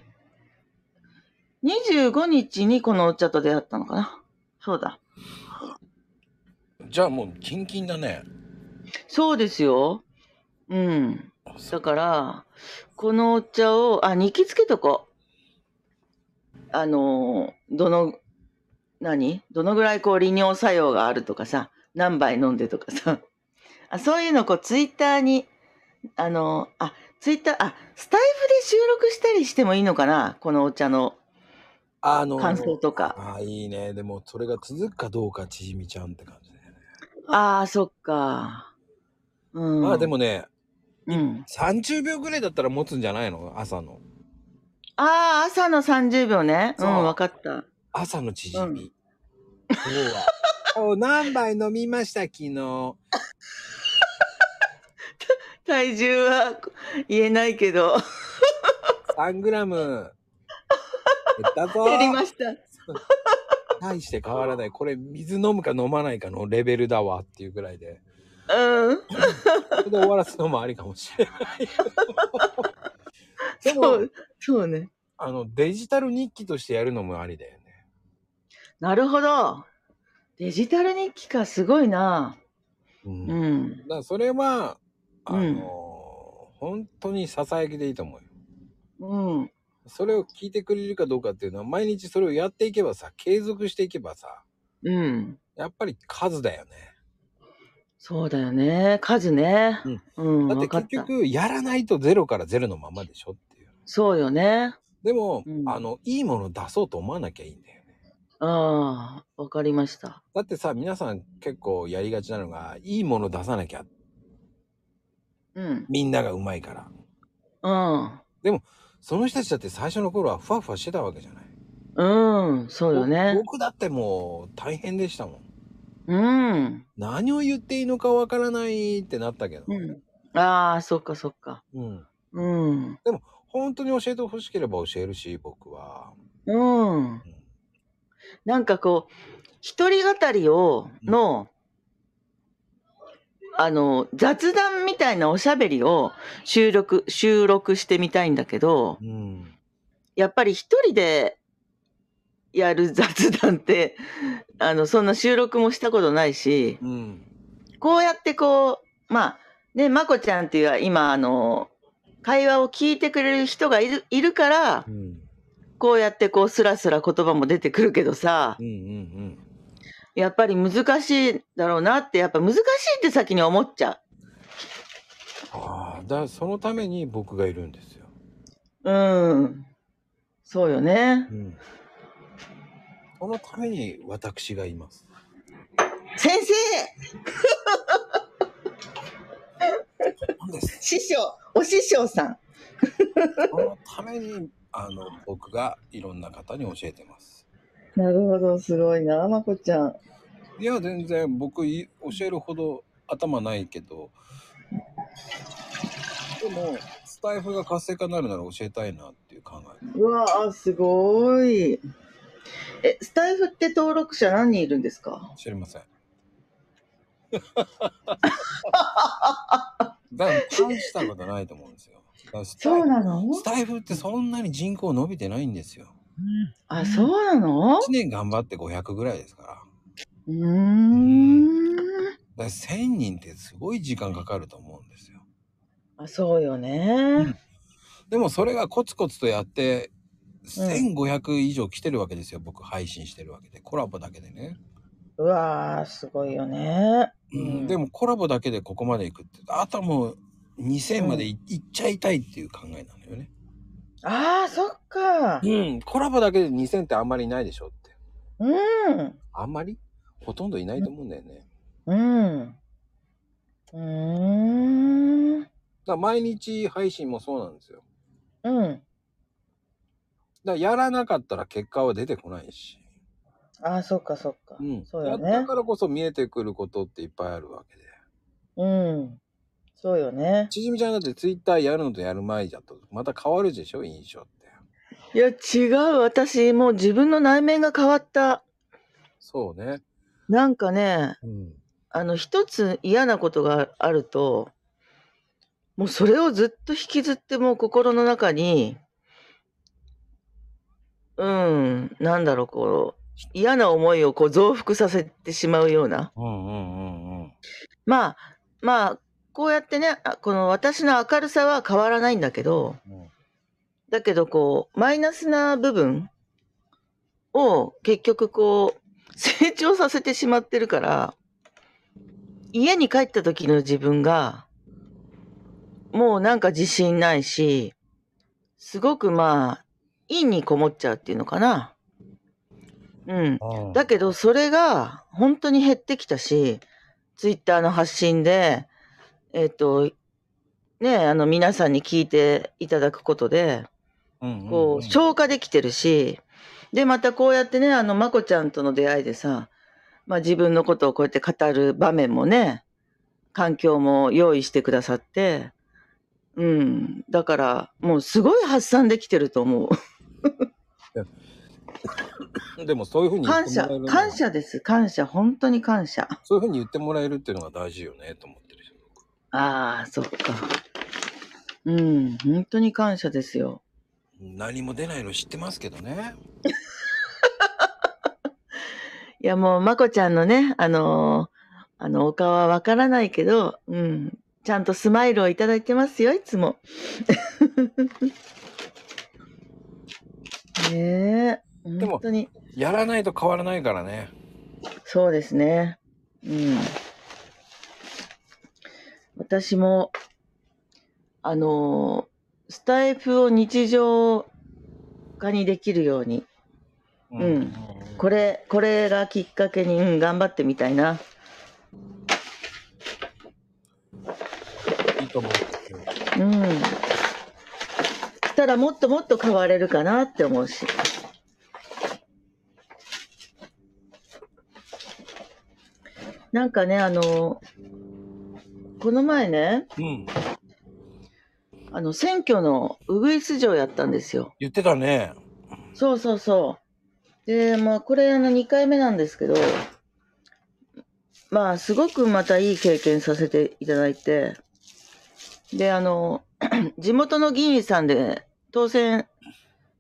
[SPEAKER 2] 25日にこのお茶と出会ったのかな。そうだ。
[SPEAKER 1] じゃあもうキンキンだね。
[SPEAKER 2] そうですよ。うん。だから、このお茶を、あ、日記つけとこう。あのー、どの、何どのぐらいこう利尿作用があるとかさ、何杯飲んでとかさ。あそういうのこうツイッターに、あのー、あ、ツイッター、あ、スタイフで収録したりしてもいいのかなこのお茶の
[SPEAKER 1] あの
[SPEAKER 2] 感想とか。
[SPEAKER 1] あーいいね。でもそれが続くかどうかちじみちゃんって感じだよね。
[SPEAKER 2] ああ、そっか。うん。
[SPEAKER 1] まあで、もね、
[SPEAKER 2] うん。
[SPEAKER 1] 30秒ぐらいだったら持つんじゃないの朝の。
[SPEAKER 2] ああ、朝の30秒ね。う、
[SPEAKER 1] そうん
[SPEAKER 2] わかった。
[SPEAKER 1] 朝のちじ
[SPEAKER 2] うん
[SPEAKER 1] み。今日はお何杯飲みました昨日。
[SPEAKER 2] 体重はこ言えないけど、
[SPEAKER 1] 3グラム。減ったぞ。
[SPEAKER 2] 減りました。
[SPEAKER 1] 大して変わらない。これ水飲むか飲まないかのレベルだわっていうぐらいで。
[SPEAKER 2] うん。
[SPEAKER 1] それで終わらすのもありかもしれ ない。で
[SPEAKER 2] そ
[SPEAKER 1] も
[SPEAKER 2] う、そうね。
[SPEAKER 1] あの、デジタル日記としてやるのもありだよね。
[SPEAKER 2] なるほど。デジタル日記か、すごいな。
[SPEAKER 1] うん。
[SPEAKER 2] う
[SPEAKER 1] だか
[SPEAKER 2] ん。
[SPEAKER 1] らそれは、あの
[SPEAKER 2] うん
[SPEAKER 1] 本当にささやきでいいと思うよ。
[SPEAKER 2] うん。
[SPEAKER 1] それを聞いてくれるかどうかっていうのは、毎日それをやっていけばさ、継続していけばさ、
[SPEAKER 2] うん。
[SPEAKER 1] やっぱり数だよね。
[SPEAKER 2] そうだよね。数ね。うん。
[SPEAKER 1] だっ
[SPEAKER 2] わ
[SPEAKER 1] て
[SPEAKER 2] か
[SPEAKER 1] 結
[SPEAKER 2] った。
[SPEAKER 1] 局、やらないとゼロからゼロのままでしょっていう。
[SPEAKER 2] そうよね。
[SPEAKER 1] でも、
[SPEAKER 2] うん
[SPEAKER 1] あの、いいもの出そうと思わなきゃいいんだよね。
[SPEAKER 2] ああ、わかりました。
[SPEAKER 1] だってさ、皆さん結構やりがちなのが、いいもの出さなきゃ。
[SPEAKER 2] うん。
[SPEAKER 1] みんながうまいから。
[SPEAKER 2] うん。
[SPEAKER 1] その人たちだって最初の頃はふわふわしてたわけじゃない。
[SPEAKER 2] うん。そうよね。
[SPEAKER 1] 僕だってもう大変でしたもん。
[SPEAKER 2] うん。
[SPEAKER 1] 何を言っていいのかわからないってなったけど。
[SPEAKER 2] うん。ああ、そっかそっか。
[SPEAKER 1] うん。
[SPEAKER 2] うん。
[SPEAKER 1] 本当に教えてほしければ教えるし、僕は。
[SPEAKER 2] うん
[SPEAKER 1] うん。
[SPEAKER 2] なんかこう、一人語りを、の、あの、雑談みたいなおしゃべりを収録、収録してみたいんだけど
[SPEAKER 1] う、ん。
[SPEAKER 2] やっぱり一人でやる雑談って、 あの、そんな収録もしたことないし、
[SPEAKER 1] うん。
[SPEAKER 2] こうやってこう、まあ、ね、まこちゃんっていうのは今、あの、会話を聞いてくれる人がいるいるから
[SPEAKER 1] う、ん。
[SPEAKER 2] こうやってこう、スラスラ言葉も出てくるけどさ
[SPEAKER 1] うん。う、ん。
[SPEAKER 2] やっぱり難しいだろうなって、やっぱ難しいって先に思っちゃ
[SPEAKER 1] ああ、だからそのために僕がいるんですよ。
[SPEAKER 2] う。うん。そうよね
[SPEAKER 1] う。ん。そのために私がいます。
[SPEAKER 2] 先生
[SPEAKER 1] なんです。
[SPEAKER 2] 師匠お師匠さん
[SPEAKER 1] そのために、あの、僕がいろんな方に教えてます。
[SPEAKER 2] なるほど、すごいな、まこちゃん。
[SPEAKER 1] いや、全然僕い教えるほど頭ないけど、でも、スタイフが活性化になるなら教えたいなっていう考え。
[SPEAKER 2] うわあ、すごい。え、スタイフって登録者何人いるんですか
[SPEAKER 1] 知りま せん。だから大したことないと思うんですよ。だからスタイフ
[SPEAKER 2] なの
[SPEAKER 1] スタイフってそんなに人口伸びてないんですよ。
[SPEAKER 2] あ、そうなの
[SPEAKER 1] 1年頑張って500ぐらいですから。だか
[SPEAKER 2] うーん。
[SPEAKER 1] ら1000人ってすごい時間かかると思うんですよ。
[SPEAKER 2] あ、そうよね。
[SPEAKER 1] でもそれがコツコツとやって、
[SPEAKER 2] うん
[SPEAKER 1] 1500以上来てるわけですよ。僕配信してるわけで。コラボだけでね。
[SPEAKER 2] うわあ、すごいよね。
[SPEAKER 1] うんでもコラボだけでここまでいくって。あとはもう2000までい,、っちゃいたいっていう考えなのよね。
[SPEAKER 2] ああ、そっか。
[SPEAKER 1] うん。コラボだけで2000ってあんまりいないでしょって。
[SPEAKER 2] うん。
[SPEAKER 1] あんまりほとんどいないと思うんだよね。だか
[SPEAKER 2] うん。うーん。
[SPEAKER 1] ら毎日配信もそうなんですよ。
[SPEAKER 2] うん。
[SPEAKER 1] だからやらなかったら結果は出てこないし。
[SPEAKER 2] ああ、そっかそっか。
[SPEAKER 1] うん。
[SPEAKER 2] そうよ
[SPEAKER 1] やっ
[SPEAKER 2] ね
[SPEAKER 1] た。からこそ見えてくることっていっぱいあるわけで。
[SPEAKER 2] うん。そうよね。
[SPEAKER 1] ちじみちゃんだってツイッターやるのとやる前じゃとまた変わるでしょ印象って。
[SPEAKER 2] いや、違う。私、もう自分の内面が変わった。
[SPEAKER 1] そうね。
[SPEAKER 2] なんかね、
[SPEAKER 1] うん。
[SPEAKER 2] あの、一つ嫌なことがあると、もうそれをずっと引きずってもう心の中に、うん、なんだろう、こう、嫌な思いをこう増幅させてしまうような。
[SPEAKER 1] うんうんうんうん。
[SPEAKER 2] まあ、まあ、こうやってね、あこの私の明るさは変わらないんだけど、
[SPEAKER 1] うん
[SPEAKER 2] だけどこう、マイナスな部分を結局こう、成長させてしまってるから、家に帰った時の自分が、もうなんか自信ないし、すごくまあ、陰にこもっちゃうっていうのかな。うん。
[SPEAKER 1] うん
[SPEAKER 2] だけどそれが本当に減ってきたし、ツイッターの発信で、えっ、と、ね、あの皆さんに聞いていただくことで、
[SPEAKER 1] うんうん
[SPEAKER 2] こう、消化できてるし、で、またこうやってね、あの、まこちゃんとの出会いでさ、まあ自分のことをこうやって語る場面もね、環境も用意してくださって、うん。だから、もうすごい発散できてると思う。
[SPEAKER 1] うんでもそういうふうに言っ
[SPEAKER 2] 感
[SPEAKER 1] てもら
[SPEAKER 2] 謝
[SPEAKER 1] えるの、が
[SPEAKER 2] 感謝です。感謝。本当に感謝。
[SPEAKER 1] そういうふうに言ってもらえるっていうのが大事よねと思ってるし
[SPEAKER 2] ああ、そっか。うん。本当に感謝ですよ。
[SPEAKER 1] 何も出ないの知ってますけどね
[SPEAKER 2] いやもう、まこちゃんのね、あのーあの、お顔はわからないけど、うん、ちゃんとスマイルをいただいてますよ、いつも。 ねえ、
[SPEAKER 1] も
[SPEAKER 2] 本当に。
[SPEAKER 1] やらないと変わらないからね
[SPEAKER 2] そうですね。うん。私も、あのースタイフを日常化にできるように、
[SPEAKER 1] うん
[SPEAKER 2] これ、これがきっかけに、うん、頑張ってみたいな。
[SPEAKER 1] いいと思うんですよ
[SPEAKER 2] うん。したらもっともっと変われるかなって思うし。なんかね、あの、この前ね、
[SPEAKER 1] うん
[SPEAKER 2] あの、選挙のウグイス城やったんですよ。
[SPEAKER 1] 言ってたね
[SPEAKER 2] そうそうそう。で、まあ、これ、あの、2回目なんですけど、まあ、すごくまたいい経験させていただいて、で、あの、 地元の議員さんで当選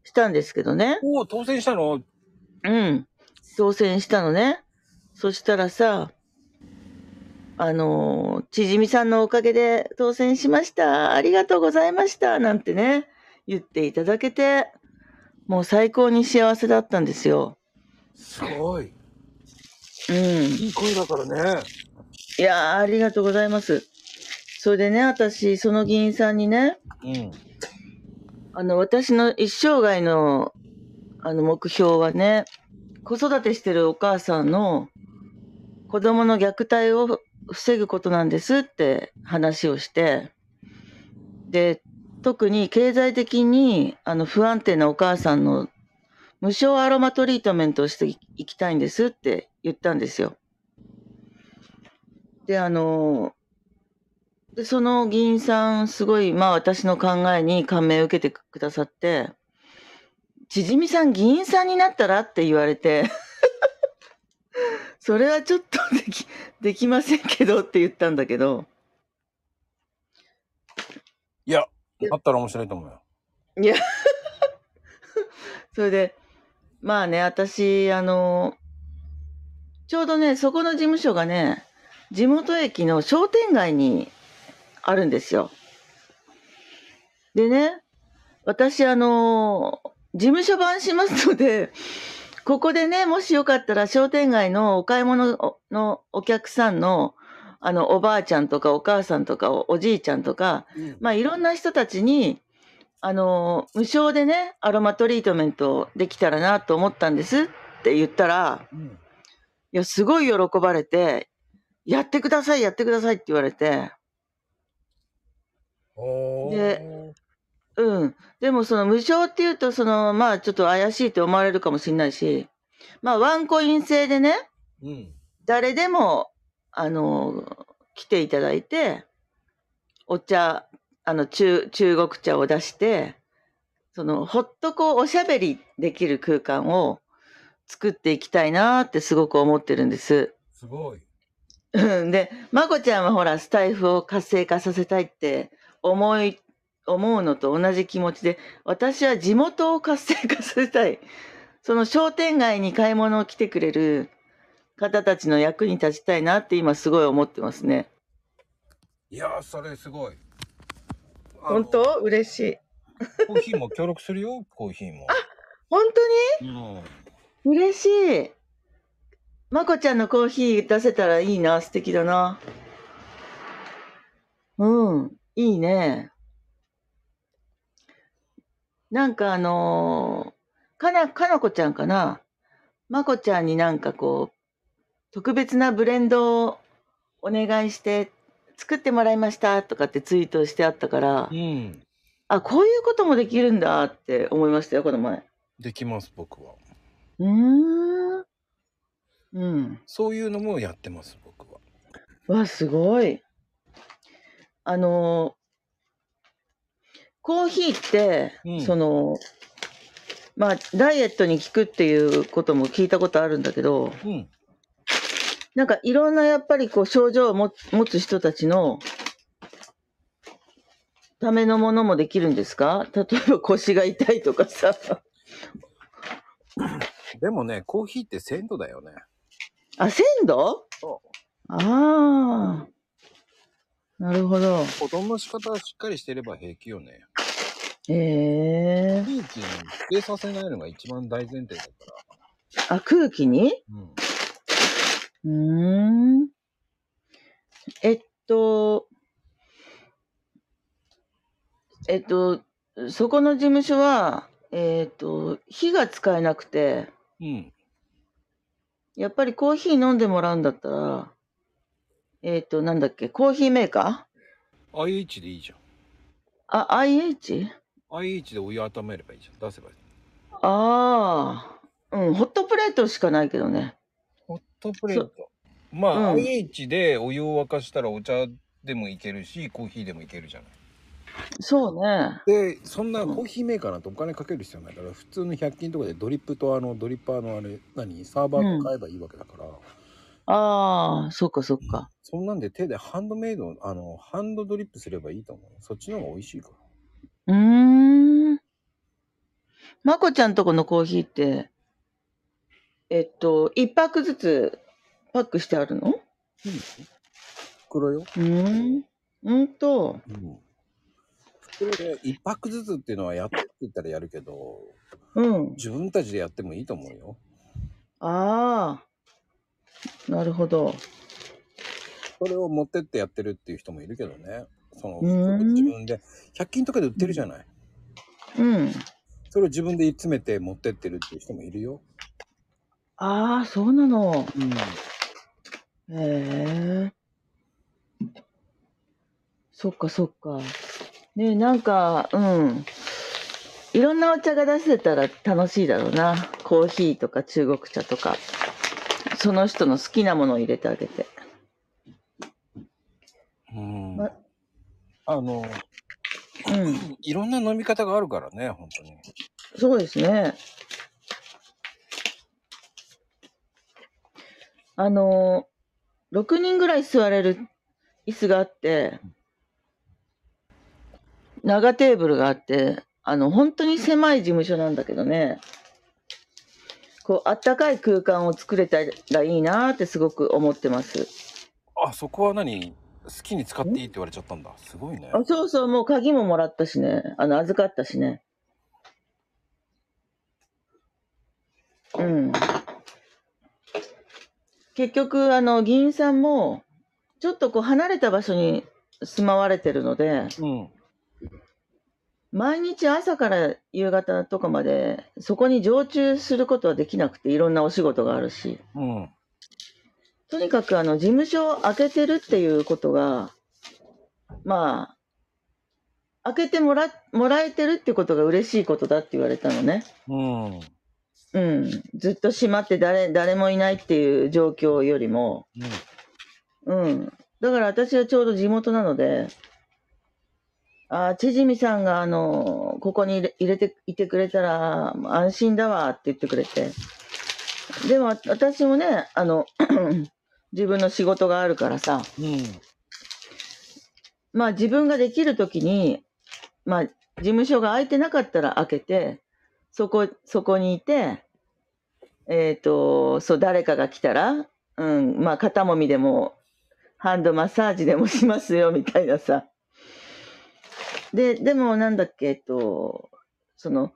[SPEAKER 2] したんですけどね。
[SPEAKER 1] おお当選したの
[SPEAKER 2] うん。当選したのね。そしたらさ、あの、ちじみさんのおかげで当選しました。ありがとうございました。なんてね、言っていただけて、もう最高に幸せだったんですよ。
[SPEAKER 1] すごい
[SPEAKER 2] うん。
[SPEAKER 1] いい声だからね
[SPEAKER 2] いやーありがとうございます。それでね、私、その議員さんにね、
[SPEAKER 1] うん
[SPEAKER 2] あの、私の一生涯の、あの、目標はね、子育てしてるお母さんの子供の虐待を防ぐことなんですって話をして、で、特に経済的に、あの、不安定なお母さんの無償アロマトリートメントをしていいきたいんですって言ったんですよ。で、あの、で、その議員さん、すごい、まあ私の考えに感銘を受けてくださって、ちじみさん、議員さんになったらって言われて、 それはちょっとでき、できませんけどって言ったんだけど、
[SPEAKER 1] いやあったら面白いと思うよ
[SPEAKER 2] それで、まあね、私、あの、ちょうどね、そこの事務所がね、地元駅の商店街にあるんですよ。でね、私、あの、事務所番しますので、ここでね、もしよかったら商店街のお買い物のお客さんの、あの、おばあちゃんとかお母さんとかおおじいちゃんとか、まあ、いろんな人たちに、あの、無償でね、アロマトリートメントできたらなと思ったんですって言ったら、
[SPEAKER 1] うん
[SPEAKER 2] いや、すごい喜ばれて、やってください、やってくださいって言われて、
[SPEAKER 1] おー
[SPEAKER 2] でうん。でもその無償っていうと、その、まあちょっと怪しいって思われるかもしれないし、まあワンコイン制でね、
[SPEAKER 1] うん
[SPEAKER 2] 誰でも、あの、来ていただいて、お茶、あの、中、中国茶を出して、その、ほっとこう、おしゃべりできる空間を作っていきたいなってすごく思ってるんです。
[SPEAKER 1] すごい
[SPEAKER 2] うんで、まこちゃんはほら、スタイフを活性化させたいって思い思うのと同じ気持ちで私は地元を活性化させたいその商店街に買い物を来てくれる方たちの役に立ちたいなって今すごい思ってますね
[SPEAKER 1] いやーそれすごいあの
[SPEAKER 2] 本当嬉しい
[SPEAKER 1] コーヒーも協力するよコーヒーも
[SPEAKER 2] 本
[SPEAKER 1] うん
[SPEAKER 2] 当に嬉しいまこちゃんのコーヒー出せたらいいな素敵だなうんいいねなんかあのーかなかなこちゃんかなまこちゃんになんかこう特別なブレンドをお願いして作ってもらいましたとかってツイートしてあったから
[SPEAKER 1] うん
[SPEAKER 2] あこういうこともできるんだって思いましたよこの前
[SPEAKER 1] できます僕は
[SPEAKER 2] うーん。うん。
[SPEAKER 1] そういうのもやってます僕は
[SPEAKER 2] わ、すごい。あのー、コーヒーって、
[SPEAKER 1] うん
[SPEAKER 2] その、まあ、ダイエットに効くっていうことも聞いたことあるんだけど、
[SPEAKER 1] うん
[SPEAKER 2] なんかいろんなやっぱりこう症状をも持つ人たちのためのものもできるんですか例えば腰が痛いとかさ。
[SPEAKER 1] でもねコーヒーって鮮度だよね
[SPEAKER 2] あ、鮮度
[SPEAKER 1] そ
[SPEAKER 2] ああ。なるほど。
[SPEAKER 1] 保存の仕方がしっかりしてれば平気よね
[SPEAKER 2] ええ
[SPEAKER 1] 空気に否定させないのが一番大前提だから
[SPEAKER 2] あ、空気に
[SPEAKER 1] うん
[SPEAKER 2] うーん。えっと、えっと、そこの事務所は、えっと、火が使えなくて、
[SPEAKER 1] うん
[SPEAKER 2] やっぱりコーヒー飲んでもらうんだったら、えっと、なんだっけ、コーヒーメーカ
[SPEAKER 1] IH でいいじゃん
[SPEAKER 2] ーあ、IH?
[SPEAKER 1] IH でお湯温めればいいじゃん出せばいい
[SPEAKER 2] ああ、うん、ホットプレートしかないけどね。
[SPEAKER 1] ホットプレートまあ、
[SPEAKER 2] うん
[SPEAKER 1] IH でお湯を沸かしたらお茶でもいけるしコーヒーでもいけるじゃない
[SPEAKER 2] そうね。
[SPEAKER 1] でそんなコーヒーメーカーなんてお金かける必要ないから普通の100均とかでドリップとあのドリッパーのあれ何サーバーと買えばいいわけだから、
[SPEAKER 2] ああ、そっかそっか。
[SPEAKER 1] そんなんで手でハンドメイドあのハンドドリップすればいいと思うそっちの方が美味しいから
[SPEAKER 2] うーん。まこちゃんとこのコーヒーって、えっと、一パックずつパックしてあるの
[SPEAKER 1] 袋よ、
[SPEAKER 2] うーん。うんと。
[SPEAKER 1] うん、袋で1パックずつっていうのはやってって言ったらやるけど
[SPEAKER 2] うん。
[SPEAKER 1] 自分たちでやってもいいと思うよ
[SPEAKER 2] ああ。なるほど。
[SPEAKER 1] それを持ってってやってるっていう人もいるけどねその
[SPEAKER 2] うーん
[SPEAKER 1] 自分で100均とかで売ってるじゃない
[SPEAKER 2] うん。
[SPEAKER 1] それを自分で詰めて持ってってるっていう人もいるよ、
[SPEAKER 2] ああ、そうなの。
[SPEAKER 1] うん、
[SPEAKER 2] へえ。そっかそっか。ねえなんか、うん。いろんなお茶が出せたら楽しいだろうな。コーヒーとか中国茶とか。その人の好きなものを入れてあげて。
[SPEAKER 1] うん
[SPEAKER 2] ま
[SPEAKER 1] あの
[SPEAKER 2] うん。
[SPEAKER 1] いろんな飲み方があるからね本当に
[SPEAKER 2] そうですね。あの、6人ぐらい座れる椅子があって、長テーブルがあって、あの、本当に狭い事務所なんだけどね、こう、あったかい空間を作れたらいいなーってすごく思ってます。
[SPEAKER 1] あそこは何好きに使っていいって言われちゃったんだすごいね
[SPEAKER 2] あそうそう、もう鍵ももらったしね、あの、預かったしね。うん。結局、あの、議員さんも、ちょっとこう、離れた場所に住まわれてるので、
[SPEAKER 1] うん
[SPEAKER 2] 毎日朝から夕方とかまで、そこに常駐することはできなくて、いろんなお仕事があるし、
[SPEAKER 1] うん
[SPEAKER 2] とにかく、あの、事務所を開けてるっていうことが、まあ、開けてもら、もらえてるってことが嬉しいことだって言われたのね。
[SPEAKER 1] うん
[SPEAKER 2] うん、ずっと閉まって誰誰もいないっていう状況よりも、
[SPEAKER 1] うん
[SPEAKER 2] うん、だから私はちょうど地元なので、あー千々美さんがあのここに入れ入れていてくれたら安心だわって言ってくれて、でも私もね、 あの自分の仕事があるからさ、
[SPEAKER 1] うん
[SPEAKER 2] まあ自分ができる時に、まあ事務所が空いてなかったら開けて、そこ、そこにいて、えっ、と、そう、誰かが来たら、うん、まあ肩もみでも、ハンドマッサージでもしますよ、みたいなさ。で、でもなんだっけ、えっと、その、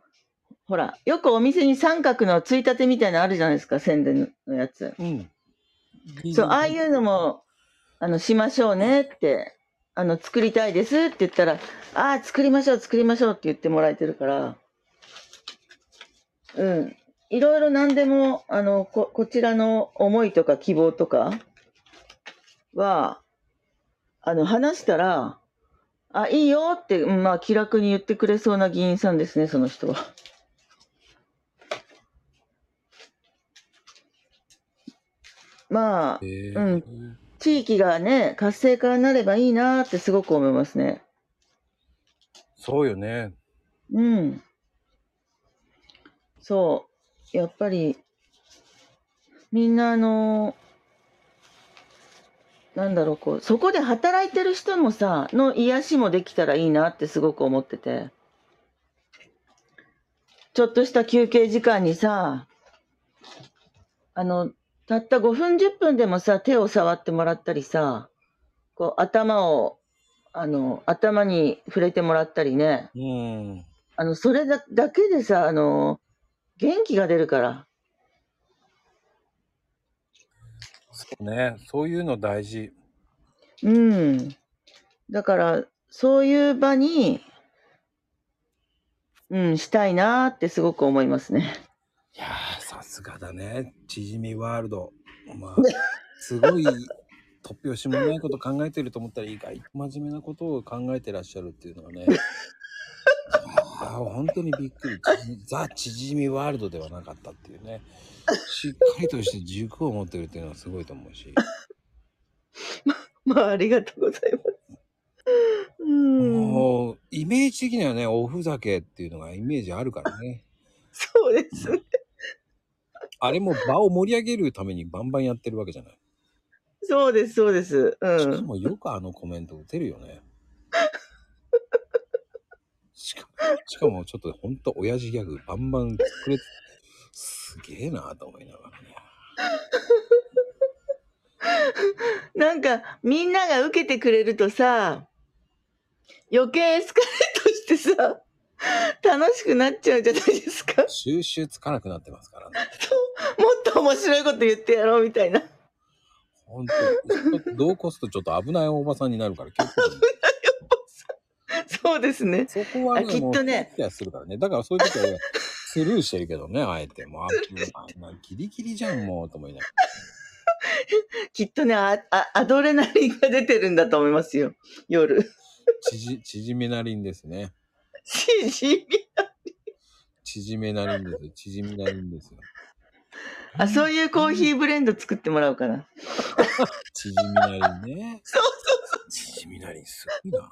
[SPEAKER 2] ほら、よくお店に三角のついたてみたいなのあるじゃないですか、宣伝のやつ。
[SPEAKER 1] うん。
[SPEAKER 2] そう、ああいうのも、あの、しましょうねって、あの、作りたいですって言ったら、ああ、作りましょう、作りましょうって言ってもらえてるから、うん。いろいろ何でも、あの、こ、こちらの思いとか希望とかは、あの、話したら、あ、いいよって、うんまあ、気楽に言ってくれそうな議員さんですね、その人は。まあ、
[SPEAKER 1] へえ
[SPEAKER 2] うん地域がね、活性化になればいいなーってすごく思いますね。
[SPEAKER 1] そうよね。
[SPEAKER 2] うん。そう。やっぱり、みんなあのーなんだろう、こう、そこで働いてる人もさ、の癒しもできたらいいなってすごく思ってて。ちょっとした休憩時間にさ、あの、たった5分10分でもさ、手を触ってもらったりさ、こう、頭を、あの、頭に触れてもらったりね。
[SPEAKER 1] うん。
[SPEAKER 2] あの、それだだけでさ、あの、元気が出るから。
[SPEAKER 1] そうね。そういうの大事。
[SPEAKER 2] うん。だから、そういう場に、うん、したいなーってすごく思いますね。
[SPEAKER 1] いやー、さすがだね。ちじみワールド。 まあ、すごい、突拍子もないこと考えてると思ったら、意外と真面目なことを考えてらっしゃるっていうのは ね。あー本当にびっくり。ちじザ・ちじみワールドではなかったって いうね。しっかりとして軸を持ってるっていうのはすごいと思うし。
[SPEAKER 2] まあ、ありがとうございます。うん。
[SPEAKER 1] もう、イメージ的にはね、おふざけっていうのがイメージあるから ね。
[SPEAKER 2] そうです。
[SPEAKER 1] あれも場を盛り上げるためにバンバンやってるわけじゃない。
[SPEAKER 2] そうです、そうです。う
[SPEAKER 1] しか
[SPEAKER 2] ん。
[SPEAKER 1] もよくあのコメント打てるよね。しかしかもちょっとほんと親父ギャグバンバン作れてすげえなと思いながらね。
[SPEAKER 2] なんか、みんなが受けてくれるとさ、余計エスカレートしてさ、楽しくなっちゃうじゃないですか。
[SPEAKER 1] 収集つかなくなってますからね。
[SPEAKER 2] もっと面白いこと言ってやろうみたいな。
[SPEAKER 1] ほんと、 どうこすとちょっと危ないおばさんになるから気をつけてね
[SPEAKER 2] そうですね。
[SPEAKER 1] そこは
[SPEAKER 2] あきっとね。
[SPEAKER 1] もうするからね。だ からそういう時は俺スルーしてるけどね、あえて。もう、ああんなギリギリじゃん、もう、と思いなが
[SPEAKER 2] きっとね、ああアドレナリンが出てるんだと思いますよ。夜。
[SPEAKER 1] ら。ちじ、縮めなりんですね。
[SPEAKER 2] しじみ。
[SPEAKER 1] 縮めなりんです。縮みなりんですよ。
[SPEAKER 2] あ、そういうコーヒーブレンド作ってもらおうかな。
[SPEAKER 1] 縮みなりんね。そうそうそう。縮みなりん、すごいな。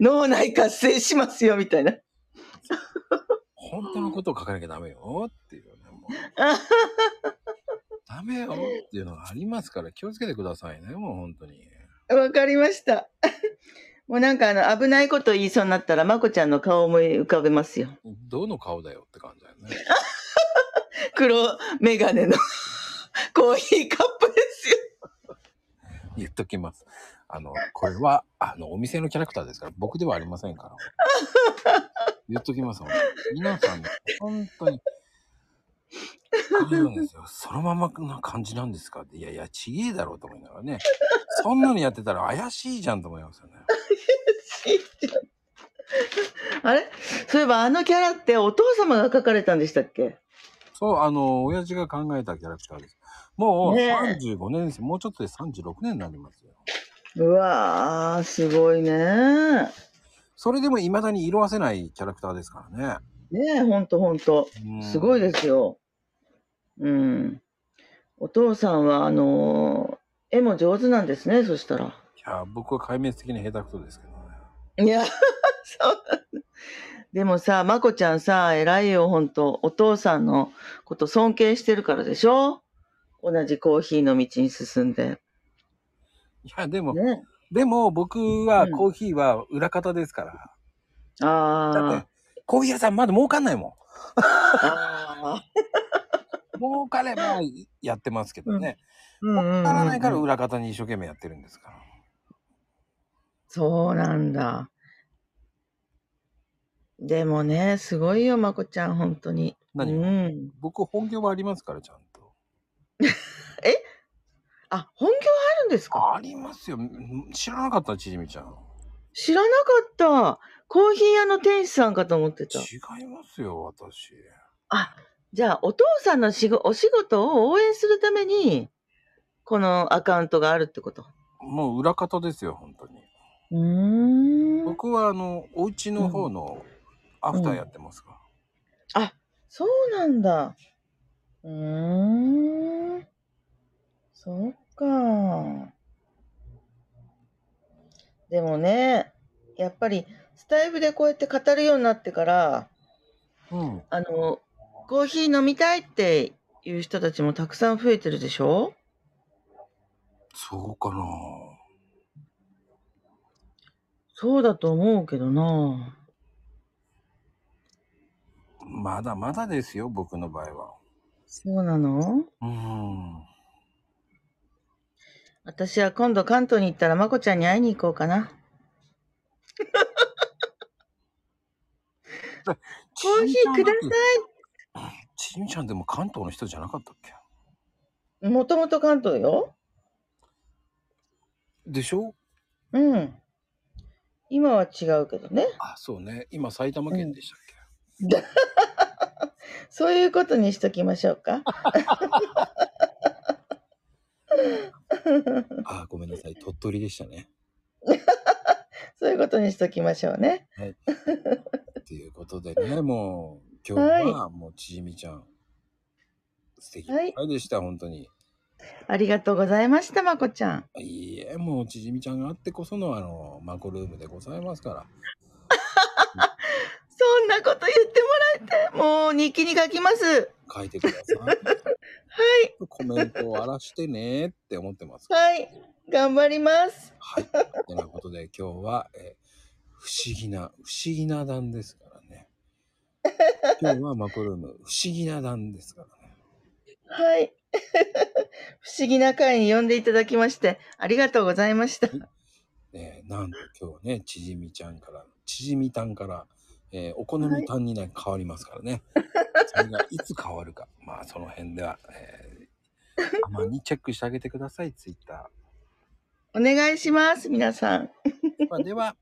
[SPEAKER 2] 脳内活性しますよ、みたいな。
[SPEAKER 1] 本当のことを書かなきゃダメよっていうね。もうダメよっていうのがありますから、気をつけてくださいね、もう本当に。
[SPEAKER 2] わかりました。 もうなんかあの、危ないこと言いそうになったら、まこちゃんの顔を思い浮かべますよ。
[SPEAKER 1] どの顔だよって感じだよね。
[SPEAKER 2] 黒メガネの コーヒーカップですよ。
[SPEAKER 1] 言っときます。あの、これは、あの、お店のキャラクターですから、僕ではありませんから。言っときます。本当に皆さん、本当に。これなんですよ。そのままな感じなんですかって。いやいや、ちげえだろうと思いながらね。そんなのやってたら怪しいじゃんと思いますよね。
[SPEAKER 2] あれそういえばあのキャラってお父様が描かれたんでしたっけ
[SPEAKER 1] そう、あの、親父が考えたキャラクターです。もう
[SPEAKER 2] ねえ
[SPEAKER 1] 35年です。もうちょっとで36年になりますよ。
[SPEAKER 2] うわー、すごいね。
[SPEAKER 1] それでも未だに色あせないキャラクターですからね。
[SPEAKER 2] ねえ、ほんとほんと。
[SPEAKER 1] うん
[SPEAKER 2] すごいですよ。うん。お父さんは、あのー絵も上手なんですね、そしたら。
[SPEAKER 1] いや、僕は壊滅的に下手くそですけどね。
[SPEAKER 2] いや、そうなんだでもさ、まこちゃんさ、偉いよ、ほんと。お父さんのこと尊敬してるからでしょ同じコーヒーの道に進んで。
[SPEAKER 1] いや、でも、
[SPEAKER 2] ね。
[SPEAKER 1] でも僕は
[SPEAKER 2] うん
[SPEAKER 1] コーヒーは裏方ですから。だっ
[SPEAKER 2] あ
[SPEAKER 1] て、コーヒー屋さんまだ儲かんないも
[SPEAKER 2] あ。ああ。
[SPEAKER 1] ん。儲かればやってますけどね。
[SPEAKER 2] うんうんうんうん
[SPEAKER 1] ならないから裏方に一生懸命やってるんですから。
[SPEAKER 2] そうなんだ。でもね、すごいよ、まこちゃん、本当に。
[SPEAKER 1] 何
[SPEAKER 2] う
[SPEAKER 1] が
[SPEAKER 2] ん。
[SPEAKER 1] 僕本業はありますから、ちゃんと。
[SPEAKER 2] あ、本業あるんですか
[SPEAKER 1] ありますよ。ん知らなかった、ちじみちゃん。
[SPEAKER 2] 知らなかった。コーヒー屋の店主さんかと思ってた。
[SPEAKER 1] 違いますよ、私。
[SPEAKER 2] あ、じゃあ、お父さんのしごお仕事を応援するために、このアカウントがあるってこと。
[SPEAKER 1] もう裏方ですよ、本当に。
[SPEAKER 2] うーん。
[SPEAKER 1] 僕は、あの、お家の方のアフターやってますから。
[SPEAKER 2] あ、そうなんだ。うーん。そっか。でもね、やっぱりスタイルでこうやって語るようになってから、
[SPEAKER 1] うん。
[SPEAKER 2] あの、コーヒー飲みたいっていう人たちもたくさん増えてるでしょ
[SPEAKER 1] そうかな
[SPEAKER 2] そうだと思うけどな。
[SPEAKER 1] まだまだですよ、僕の場合は。
[SPEAKER 2] そうなの
[SPEAKER 1] うん。
[SPEAKER 2] 私は今度関東に行ったらまこちゃんに会いに行こうかな。コーヒーくださ
[SPEAKER 1] い。ちみちゃんでも関東の人じゃなかったっけ
[SPEAKER 2] い。もともと関東よ。
[SPEAKER 1] でしょ
[SPEAKER 2] うん。今は違うけどね。
[SPEAKER 1] あ、そうね。今埼玉県でしたっけ、
[SPEAKER 2] そういうことにしときましょうか。
[SPEAKER 1] あ、ごめんなさい。鳥取でしたね。
[SPEAKER 2] そういうことにしときましょうね。
[SPEAKER 1] ということでね、もう今日はもうちじみちゃん、素敵な回でした、本当に。
[SPEAKER 2] ありがとうございました、まこちゃん。
[SPEAKER 1] いいえ、もうちじみちゃんがあってこそのあの、マコルームでございますから。
[SPEAKER 2] そんなこと言ってもらえて、もう日記に書きます。
[SPEAKER 1] 書いてくだ さい。
[SPEAKER 2] はい、
[SPEAKER 1] コメントを荒らしてねって思ってます。
[SPEAKER 2] はい、頑張ります。
[SPEAKER 1] はい。てなことで今日は、えー不思議な、不思議な段ですからね。今日はマコルーム、不思議な段ですからね。
[SPEAKER 2] はい。 不思議な会に呼んでいただきまして、ありがとうございました。
[SPEAKER 1] えーなんと今日はね、ちじみちゃんから、ちじみたんから、えーお好みたんにね、変わりますからね。それがいつ変わるか。 まあ、その辺では、えー、たまにチェックしてあげてください、ツイッタ
[SPEAKER 2] お願いします、皆さん。
[SPEAKER 1] ー。ではでは。